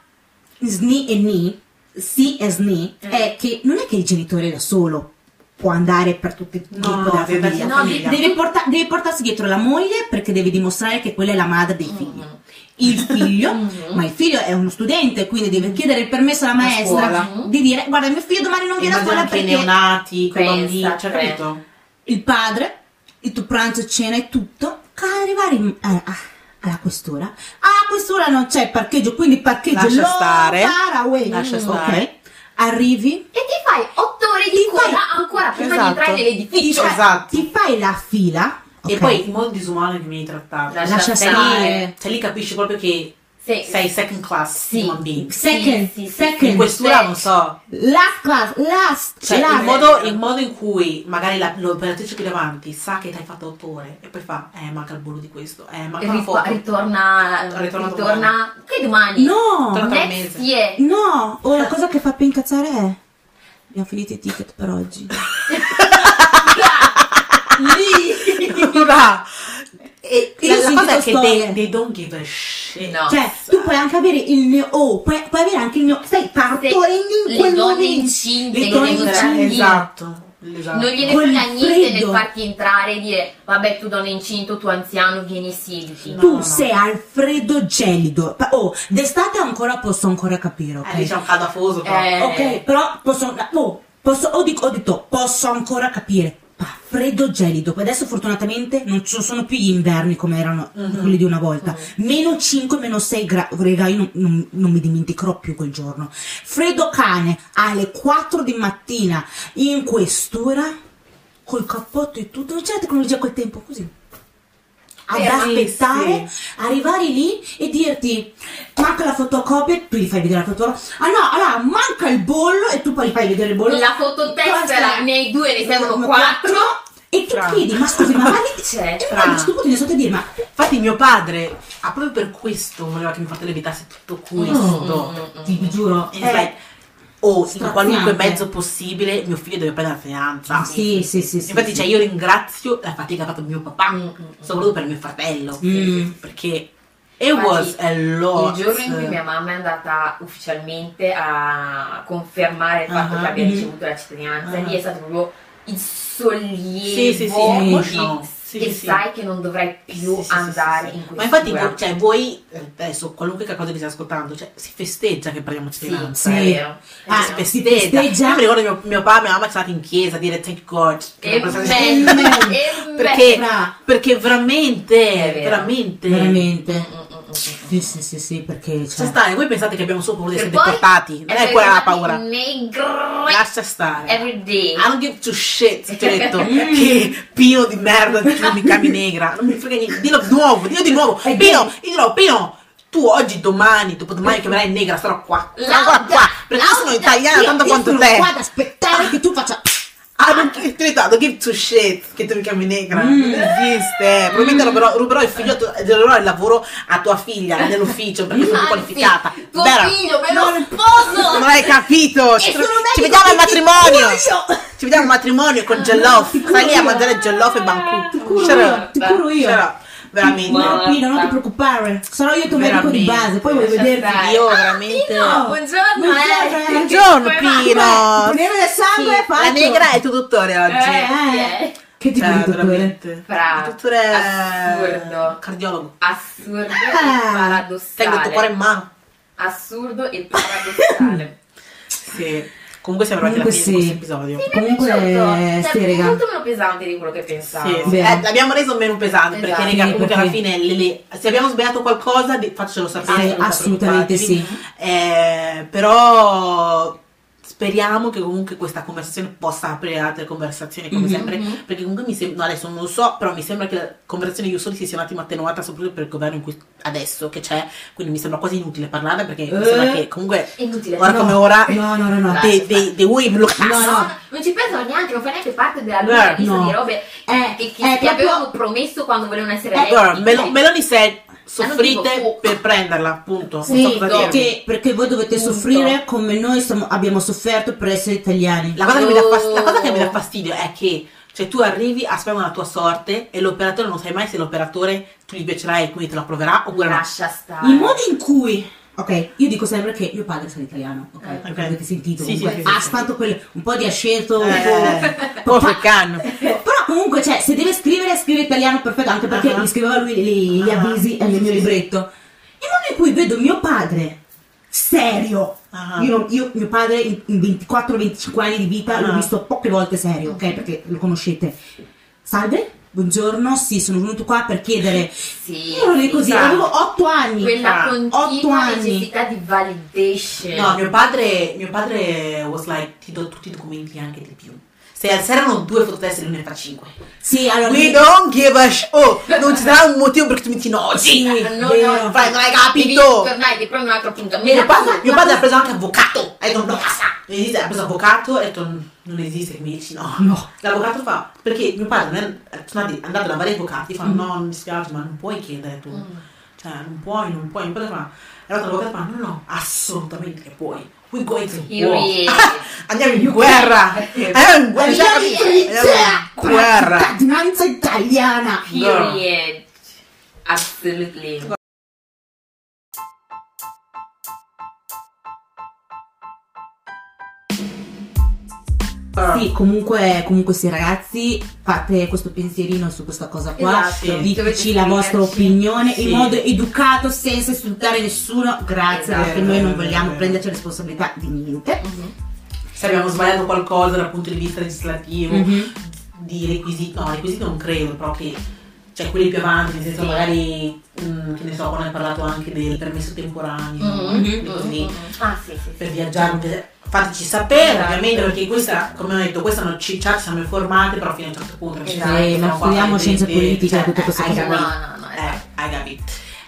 [SPEAKER 2] sni e ni, sì e sni,
[SPEAKER 4] Mm.
[SPEAKER 2] è che non è che il genitore da solo può andare per tutto il
[SPEAKER 3] No,
[SPEAKER 2] gruppo della
[SPEAKER 3] devi darti
[SPEAKER 2] famiglia.
[SPEAKER 3] la
[SPEAKER 4] No,
[SPEAKER 3] famiglia.
[SPEAKER 2] Deve, porta- deve portarsi dietro la moglie perché deve dimostrare che quella è la madre dei figli.
[SPEAKER 3] Mm-hmm.
[SPEAKER 4] Mhm.
[SPEAKER 2] Il figlio,
[SPEAKER 4] Mhm.
[SPEAKER 2] ma il figlio è uno studente, quindi deve chiedere il permesso alla
[SPEAKER 3] La
[SPEAKER 2] maestra
[SPEAKER 4] scuola.
[SPEAKER 2] di dire guarda mio figlio domani non viene a
[SPEAKER 3] Immagina
[SPEAKER 2] scuola
[SPEAKER 3] anche i
[SPEAKER 2] perché
[SPEAKER 3] neonati, quei
[SPEAKER 4] Pensa,
[SPEAKER 3] bambini, cioè,
[SPEAKER 4] cioè.
[SPEAKER 3] capito?
[SPEAKER 2] il padre, il tuo pranzo, cena e tutto, ca- arrivare in- eh, ah, alla questura. Ah, a questura non c'è il parcheggio, quindi parcheggio
[SPEAKER 3] Lascia
[SPEAKER 2] lo
[SPEAKER 3] stare.
[SPEAKER 2] para away.
[SPEAKER 3] Lascia
[SPEAKER 2] Mm.
[SPEAKER 3] stare.
[SPEAKER 2] Ok. Arrivi,
[SPEAKER 4] E ti fai otto ore di
[SPEAKER 2] Ti
[SPEAKER 4] coda
[SPEAKER 2] fai-
[SPEAKER 4] ancora prima
[SPEAKER 3] Esatto.
[SPEAKER 4] di entrare
[SPEAKER 2] ti
[SPEAKER 4] nell'edificio.
[SPEAKER 2] fai,
[SPEAKER 3] Esatto.
[SPEAKER 2] ti fai la fila.
[SPEAKER 3] E
[SPEAKER 2] ok?
[SPEAKER 3] poi il modo disumano che vieni trattato.
[SPEAKER 4] Cioè, Lascia
[SPEAKER 2] Lascia
[SPEAKER 4] stare.
[SPEAKER 2] stare.
[SPEAKER 3] Cioè lì capisci proprio che
[SPEAKER 4] Sì.
[SPEAKER 3] sei second class
[SPEAKER 4] Sì.
[SPEAKER 3] human being.
[SPEAKER 2] Second,
[SPEAKER 4] Sì, sì, sì,
[SPEAKER 3] In
[SPEAKER 4] sì.
[SPEAKER 2] second,
[SPEAKER 3] questura
[SPEAKER 4] Sì.
[SPEAKER 3] non so.
[SPEAKER 2] last class, last,
[SPEAKER 3] Cioè,
[SPEAKER 2] last.
[SPEAKER 3] il modo, il modo in cui magari la- l'operatrice qui davanti sa che ti hai fatto otto ore e poi fa, eh, manca il bollo di questo, eh, manca la
[SPEAKER 4] Ri-
[SPEAKER 3] foto.
[SPEAKER 4] ritorna,
[SPEAKER 3] Ritorna
[SPEAKER 4] ritorna, che domani?
[SPEAKER 2] No,
[SPEAKER 3] Tra-
[SPEAKER 4] next
[SPEAKER 3] mese.
[SPEAKER 4] year.
[SPEAKER 2] no, o la cosa che fa più incazzare è abbiamo finito i ticket per oggi. Lì
[SPEAKER 3] va. E
[SPEAKER 2] Io
[SPEAKER 3] la, la cosa
[SPEAKER 2] sentito
[SPEAKER 3] è che they,
[SPEAKER 2] storie.
[SPEAKER 3] they don't give a shit.
[SPEAKER 4] No.
[SPEAKER 2] Cioè, tu puoi anche avere il neo, oh, puoi, puoi avere anche il neo, stai partorendo in
[SPEAKER 4] le
[SPEAKER 2] quel
[SPEAKER 4] donne
[SPEAKER 2] momento.
[SPEAKER 4] incinte,
[SPEAKER 2] le
[SPEAKER 4] le
[SPEAKER 2] donne
[SPEAKER 4] donne
[SPEAKER 2] incinte.
[SPEAKER 4] incinte.
[SPEAKER 3] Esatto. esatto.
[SPEAKER 4] Non gliene
[SPEAKER 2] Col
[SPEAKER 4] frega niente nel
[SPEAKER 2] freddo.
[SPEAKER 4] farti entrare e dire vabbè tu donna incinto, tu anziano, vieni e siediti.
[SPEAKER 3] No.
[SPEAKER 2] Tu sei al freddo gelido. Pa- Oh, d'estate ancora posso ancora capire, ok?
[SPEAKER 3] Eh, lì c'è un cadafoso però.
[SPEAKER 4] Eh.
[SPEAKER 2] ok, però posso. Oh, posso ho, dico- ho detto, posso ancora capire. Ma freddo gelido. Poi Adesso fortunatamente non ci sono più gli inverni come erano
[SPEAKER 3] Mhm.
[SPEAKER 2] quelli di una volta. Meno 5, meno 6 gradi. Raga, io non, non- non mi dimenticherò più quel giorno. Freddo cane alle 4 di mattina in quest'ora col cappotto e tutto. Non c'è la tecnologia a quel tempo così. Ad
[SPEAKER 3] Eh, sì,
[SPEAKER 2] aspettare, arrivare lì e dirti manca la fotocopia, tu gli fai vedere la fotocopia. Ah no, allora manca il bollo e tu poi gli fai vedere il bollo.
[SPEAKER 4] La fototessera, ne hai due, ne servono
[SPEAKER 2] Ma
[SPEAKER 4] quattro.
[SPEAKER 2] E tu
[SPEAKER 3] Fra.
[SPEAKER 2] chiedi, ma scusi, ma vai
[SPEAKER 4] C'è,
[SPEAKER 2] E
[SPEAKER 3] fra.
[SPEAKER 2] ma a questo punto mi sono dire, ma
[SPEAKER 3] Infatti mio padre, ah, proprio per questo voleva che mio fratello evitasse tutto questo.
[SPEAKER 4] Mm, mm, mm,
[SPEAKER 2] ti giuro,
[SPEAKER 3] E
[SPEAKER 2] eh,
[SPEAKER 3] sai, o oh, in
[SPEAKER 2] straziante. Ah,
[SPEAKER 3] qualunque mezzo possibile mio figlio deve prendere la fidanza.
[SPEAKER 2] Sì, sì, sì, sì,
[SPEAKER 3] Infatti,
[SPEAKER 2] sì.
[SPEAKER 3] cioè, io ringrazio la fatica fatta da mio papà,
[SPEAKER 4] Mm, mm,
[SPEAKER 3] soprattutto per mio fratello,
[SPEAKER 2] Mm.
[SPEAKER 3] perché it was a lot.
[SPEAKER 4] Il giorno in cui mia mamma è andata ufficialmente a confermare il fatto
[SPEAKER 3] Ah,
[SPEAKER 4] che abbia
[SPEAKER 2] mhm.
[SPEAKER 4] ricevuto la cittadinanza,
[SPEAKER 3] Ah.
[SPEAKER 4] lì è stato proprio il sollievo
[SPEAKER 3] Sì, sì, sì,
[SPEAKER 4] di-
[SPEAKER 3] emotional. Sì,
[SPEAKER 4] che
[SPEAKER 3] sì, sì.
[SPEAKER 4] sai che non dovrai più
[SPEAKER 3] Sì, sì, sì,
[SPEAKER 4] andare
[SPEAKER 3] sì, sì.
[SPEAKER 4] in questa
[SPEAKER 3] Ma infatti, vo- cioè, voi eh, adesso, qualunque cosa che stia ascoltando, cioè, si festeggia che prendiamo cittadinanza.
[SPEAKER 2] Sì.
[SPEAKER 4] è vero. Esatto. è
[SPEAKER 2] Ah,
[SPEAKER 4] vero.
[SPEAKER 3] eh. Si festeggia.
[SPEAKER 2] festeggia.
[SPEAKER 3] Io mi ricordo mio, mio padre e mia mamma che sono andati in chiesa a dire thank God. che
[SPEAKER 4] E
[SPEAKER 3] la presenza-
[SPEAKER 4] beh, e
[SPEAKER 3] perché,
[SPEAKER 2] Fra.
[SPEAKER 3] perché veramente,
[SPEAKER 4] È vero.
[SPEAKER 3] veramente,
[SPEAKER 4] beh.
[SPEAKER 2] veramente.
[SPEAKER 4] Mm, mm, mm, mm, mm.
[SPEAKER 2] Sì, sì, sì, sì, perché
[SPEAKER 3] Cioè,
[SPEAKER 2] cioè,
[SPEAKER 3] stai, voi pensate che abbiamo solo paura di
[SPEAKER 4] Per
[SPEAKER 3] essere
[SPEAKER 4] poi
[SPEAKER 3] deportati? Non è
[SPEAKER 4] essere
[SPEAKER 3] quella la
[SPEAKER 4] chiamati
[SPEAKER 3] paura.
[SPEAKER 4] Negri
[SPEAKER 3] Lascia Ah, stare.
[SPEAKER 4] every day.
[SPEAKER 3] I don't give two shit se ti ho detto che Pino di merda tu mi chiami negra non mi frega niente dillo di nuovo dillo di nuovo
[SPEAKER 2] È
[SPEAKER 3] Pino io dirò Pino tu oggi domani dopodomani chiamerai negra sarò qua sarò
[SPEAKER 4] Lauda,
[SPEAKER 3] ancora qua perché io sono
[SPEAKER 4] lauda.
[SPEAKER 3] italiana
[SPEAKER 2] io,
[SPEAKER 3] tanto
[SPEAKER 2] io
[SPEAKER 3] quanto
[SPEAKER 2] sono
[SPEAKER 3] te
[SPEAKER 2] qua ad aspettare che tu faccia
[SPEAKER 3] I don't give, ti ho detto, I don't give two shit che tu mi chiami negra non
[SPEAKER 4] Mm.
[SPEAKER 3] esiste probabilmente ruberò, ruberò il figlio ruberò il lavoro a tua figlia nell'ufficio perché sono più
[SPEAKER 4] Anzi,
[SPEAKER 3] qualificata
[SPEAKER 4] tuo
[SPEAKER 3] Vera.
[SPEAKER 4] figlio me lo
[SPEAKER 3] Non-
[SPEAKER 4] sposo.
[SPEAKER 3] non hai capito
[SPEAKER 4] E
[SPEAKER 3] ci,
[SPEAKER 4] sono
[SPEAKER 3] ci
[SPEAKER 4] medico
[SPEAKER 3] vediamo al
[SPEAKER 4] che ti
[SPEAKER 3] matrimonio
[SPEAKER 2] curo io.
[SPEAKER 3] ci vediamo al matrimonio con Gellof stai lì a mangiare Gellof e
[SPEAKER 2] Ah,
[SPEAKER 4] Ti
[SPEAKER 3] Bancucco
[SPEAKER 4] curo
[SPEAKER 2] curo io, ti curo io.
[SPEAKER 3] c'era
[SPEAKER 2] No,
[SPEAKER 3] veramente
[SPEAKER 4] Wow.
[SPEAKER 2] Pino, non ti preoccupare, sarò io il tuo medico di
[SPEAKER 3] Veramente. Cioè,
[SPEAKER 2] base, poi voglio
[SPEAKER 4] Lascia
[SPEAKER 2] vederti.
[SPEAKER 4] stare.
[SPEAKER 3] io
[SPEAKER 4] Ah,
[SPEAKER 3] veramente-
[SPEAKER 4] Pino, buongiorno,
[SPEAKER 2] Buongiorno,
[SPEAKER 4] eh.
[SPEAKER 3] buongiorno,
[SPEAKER 4] Come va?
[SPEAKER 3] Pino. No.
[SPEAKER 2] Ponere del sangue
[SPEAKER 3] Sì,
[SPEAKER 2] e faccio.
[SPEAKER 3] la negra è il tuo dottore oggi
[SPEAKER 4] Eh.
[SPEAKER 2] Eh,
[SPEAKER 4] Sì.
[SPEAKER 2] che tipo
[SPEAKER 3] Cioè,
[SPEAKER 2] di dottore?
[SPEAKER 3] veramente.
[SPEAKER 4] Fra.
[SPEAKER 3] il dottore eh, è
[SPEAKER 4] Assurdo.
[SPEAKER 3] cardiologo
[SPEAKER 4] Assurdo e
[SPEAKER 2] Ah.
[SPEAKER 3] Eh, Tengo il tuo cuore in
[SPEAKER 4] paradossale.
[SPEAKER 3] mano
[SPEAKER 4] Assurdo e paradossale.
[SPEAKER 3] Sì. Comunque siamo arrivati alla
[SPEAKER 2] Comunque
[SPEAKER 3] fine di
[SPEAKER 2] sì.
[SPEAKER 3] questo episodio.
[SPEAKER 4] Mi è
[SPEAKER 2] Comunque,
[SPEAKER 4] piaciuto. Cioè,
[SPEAKER 2] sì, raga.
[SPEAKER 4] molto meno pesante di quello che pensavo.
[SPEAKER 3] Sì, sì.
[SPEAKER 2] Vero.
[SPEAKER 3] Eh, l'abbiamo reso meno pesante
[SPEAKER 4] Esatto.
[SPEAKER 3] perché, raga,
[SPEAKER 2] Sì,
[SPEAKER 3] comunque alla
[SPEAKER 2] perché-
[SPEAKER 3] fine le- le- se abbiamo sbagliato qualcosa, di- faccelo sapere.
[SPEAKER 2] Sì,
[SPEAKER 3] non
[SPEAKER 2] Eh, assolutamente
[SPEAKER 3] preoccupatevi.
[SPEAKER 2] sì.
[SPEAKER 3] Eh, però speriamo che comunque questa conversazione possa aprire altre conversazioni come
[SPEAKER 2] Mhm.
[SPEAKER 3] sempre perché comunque mi sembra no, adesso non lo so però mi sembra che la conversazione di Ussoli si sia un attimo attenuata soprattutto per il governo in cui adesso che c'è quindi mi sembra quasi inutile parlarne perché mi
[SPEAKER 2] Eh.
[SPEAKER 3] sembra che comunque
[SPEAKER 4] Inutile.
[SPEAKER 3] ora
[SPEAKER 4] No.
[SPEAKER 3] come ora
[SPEAKER 2] No, no, no, no.
[SPEAKER 4] Dai.
[SPEAKER 3] dei, dei, dei uomini bloccati
[SPEAKER 2] No, no.
[SPEAKER 4] Ah, non ci pensano neanche, non fa neanche parte della
[SPEAKER 3] Eh,
[SPEAKER 4] lunga lista
[SPEAKER 2] no.
[SPEAKER 4] di robe
[SPEAKER 2] Eh, eh,
[SPEAKER 4] che, che ti
[SPEAKER 2] proprio- Eh,
[SPEAKER 4] avevano promesso quando volevano essere eletti. eh,
[SPEAKER 3] Allora, Melo- Meloni se soffrite
[SPEAKER 4] Ah, tipo, oh.
[SPEAKER 3] per prenderla, appunto. Non so
[SPEAKER 2] Sì,
[SPEAKER 3] cosa dirvi.
[SPEAKER 2] perché, perché voi dovete
[SPEAKER 4] Punto.
[SPEAKER 2] soffrire come noi stiamo- abbiamo sofferto per essere italiani.
[SPEAKER 3] La cosa, che mi dà fas- la
[SPEAKER 4] Oh.
[SPEAKER 3] cosa che mi dà fastidio è che cioè, tu arrivi, aspetti la tua sorte e l'operatore non sai mai se l'operatore tu gli piacerai e quindi te la proverà oppure no.
[SPEAKER 4] Lascia stare.
[SPEAKER 2] Il modo in cui. Ok, io dico sempre che mio padre sarà italiano, ok?
[SPEAKER 4] Eh.
[SPEAKER 2] Perché avete sentito.
[SPEAKER 3] Sì, sì,
[SPEAKER 2] comunque,
[SPEAKER 3] sì, sì,
[SPEAKER 2] ha
[SPEAKER 3] sì.
[SPEAKER 2] stato quel- un po' di asceto, un
[SPEAKER 3] Eh,
[SPEAKER 2] po'.
[SPEAKER 3] po' peccano.
[SPEAKER 2] Però comunque, cioè, se deve scrivere, scrive italiano perfetto, anche perché
[SPEAKER 3] Ah.
[SPEAKER 2] mi scriveva lui gli, gli
[SPEAKER 3] Ah.
[SPEAKER 2] avvisi nel mio
[SPEAKER 3] Sì, sì,
[SPEAKER 2] libretto. Il modo in cui vedo mio padre serio.
[SPEAKER 3] Ah.
[SPEAKER 2] Io, non- io- mio padre in, 24-25 anni di vita l'ho
[SPEAKER 3] Ah.
[SPEAKER 2] visto poche volte serio, ok? Perché lo conoscete. Salve, buongiorno, sì, sono venuto qua per chiedere.
[SPEAKER 4] Sì,
[SPEAKER 2] Io ero lì così,
[SPEAKER 4] esatto.
[SPEAKER 2] avevo 8 anni.
[SPEAKER 4] quella
[SPEAKER 3] Ah,
[SPEAKER 2] otto
[SPEAKER 4] continua
[SPEAKER 2] anni.
[SPEAKER 4] necessità di validation.
[SPEAKER 3] No, mio padre, mio padre was like, ti do tutti i documenti anche di più. Se servono due fototessere, lui ne fa cinque.
[SPEAKER 2] Sì, allora.
[SPEAKER 3] We don't give a sh- Oh, non ci sarà un motivo perché tu mi dici no, sì.
[SPEAKER 4] no, no,
[SPEAKER 3] vero. Vai, non hai
[SPEAKER 4] Devi
[SPEAKER 3] capito.
[SPEAKER 4] tornare, devi prendere un altro punto.
[SPEAKER 3] Mio padre,
[SPEAKER 4] raccomando.
[SPEAKER 3] mio padre ha preso anche avvocato, ha detto no, basta. Mi dice, ha preso avvocato e ha detto non esiste, che mi dici no.
[SPEAKER 2] No.
[SPEAKER 3] L'avvocato fa, perché mio padre non è- sono andati- è andato da vari avvocati, fa no, mi dispiace, ma non puoi chiedere tu. Cioè, non puoi, non puoi. Mio padre fa, e l'altro avvocato fa, no, no, assolutamente che puoi. We going to
[SPEAKER 4] You
[SPEAKER 3] war.
[SPEAKER 4] really-
[SPEAKER 3] Andiamo in guerra. Andiamo in guerra. Andiamo in guerra.
[SPEAKER 2] cittadinanza italiana.
[SPEAKER 4] Period. Absolutely.
[SPEAKER 2] Sì, comunque, comunque sì ragazzi, fate questo pensierino su questa cosa qua,
[SPEAKER 4] Esatto.
[SPEAKER 2] diteci
[SPEAKER 4] Dovete
[SPEAKER 2] la vostra
[SPEAKER 4] scriverci.
[SPEAKER 2] opinione
[SPEAKER 3] Sì.
[SPEAKER 2] in modo educato, senza insultare nessuno, grazie
[SPEAKER 4] Esatto.
[SPEAKER 2] perché noi non
[SPEAKER 3] Vero,
[SPEAKER 2] vogliamo
[SPEAKER 3] vero.
[SPEAKER 2] prenderci responsabilità di niente.
[SPEAKER 4] Mm-hmm.
[SPEAKER 3] Se abbiamo sbagliato qualcosa dal punto di vista legislativo,
[SPEAKER 4] Mm-hmm.
[SPEAKER 2] Mhm.
[SPEAKER 3] di requisiti, no, requisiti non credo, però che, cioè quelli più avanti, nel senso
[SPEAKER 4] Sì.
[SPEAKER 3] magari, mm, che ne so, quando hai parlato anche del permesso temporaneo,
[SPEAKER 4] Mhm.
[SPEAKER 3] no? così,
[SPEAKER 4] Mhm. Ah sì, sì,
[SPEAKER 3] per
[SPEAKER 4] sì.
[SPEAKER 3] viaggiare, non viaggiare. fateci sapere
[SPEAKER 4] Esatto.
[SPEAKER 3] ovviamente perché questa, come ho detto, questa non ci ci siamo informati, però fino a un certo punto non ci
[SPEAKER 4] Sì,
[SPEAKER 3] siamo,
[SPEAKER 4] ma
[SPEAKER 3] siamo qua
[SPEAKER 2] studiamo scienze
[SPEAKER 3] presenti,
[SPEAKER 2] politiche e tutte
[SPEAKER 3] eh,
[SPEAKER 2] queste
[SPEAKER 3] hai
[SPEAKER 2] cose
[SPEAKER 4] Ah, No,
[SPEAKER 2] qua.
[SPEAKER 3] capito?
[SPEAKER 4] no, no. esatto.
[SPEAKER 3] Eh, hai capito.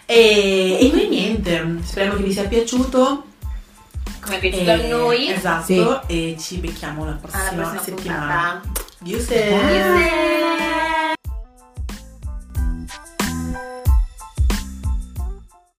[SPEAKER 3] E, e noi niente, speriamo che vi sia piaciuto.
[SPEAKER 2] Eh.
[SPEAKER 4] Come è piaciuto a
[SPEAKER 3] E-
[SPEAKER 4] noi.
[SPEAKER 3] Esatto,
[SPEAKER 2] Sì.
[SPEAKER 4] Ah,
[SPEAKER 3] e ci becchiamo la prossima,
[SPEAKER 4] Alla prossima
[SPEAKER 3] settimana.
[SPEAKER 4] puntata.
[SPEAKER 3] Dio se-
[SPEAKER 4] Chiuse.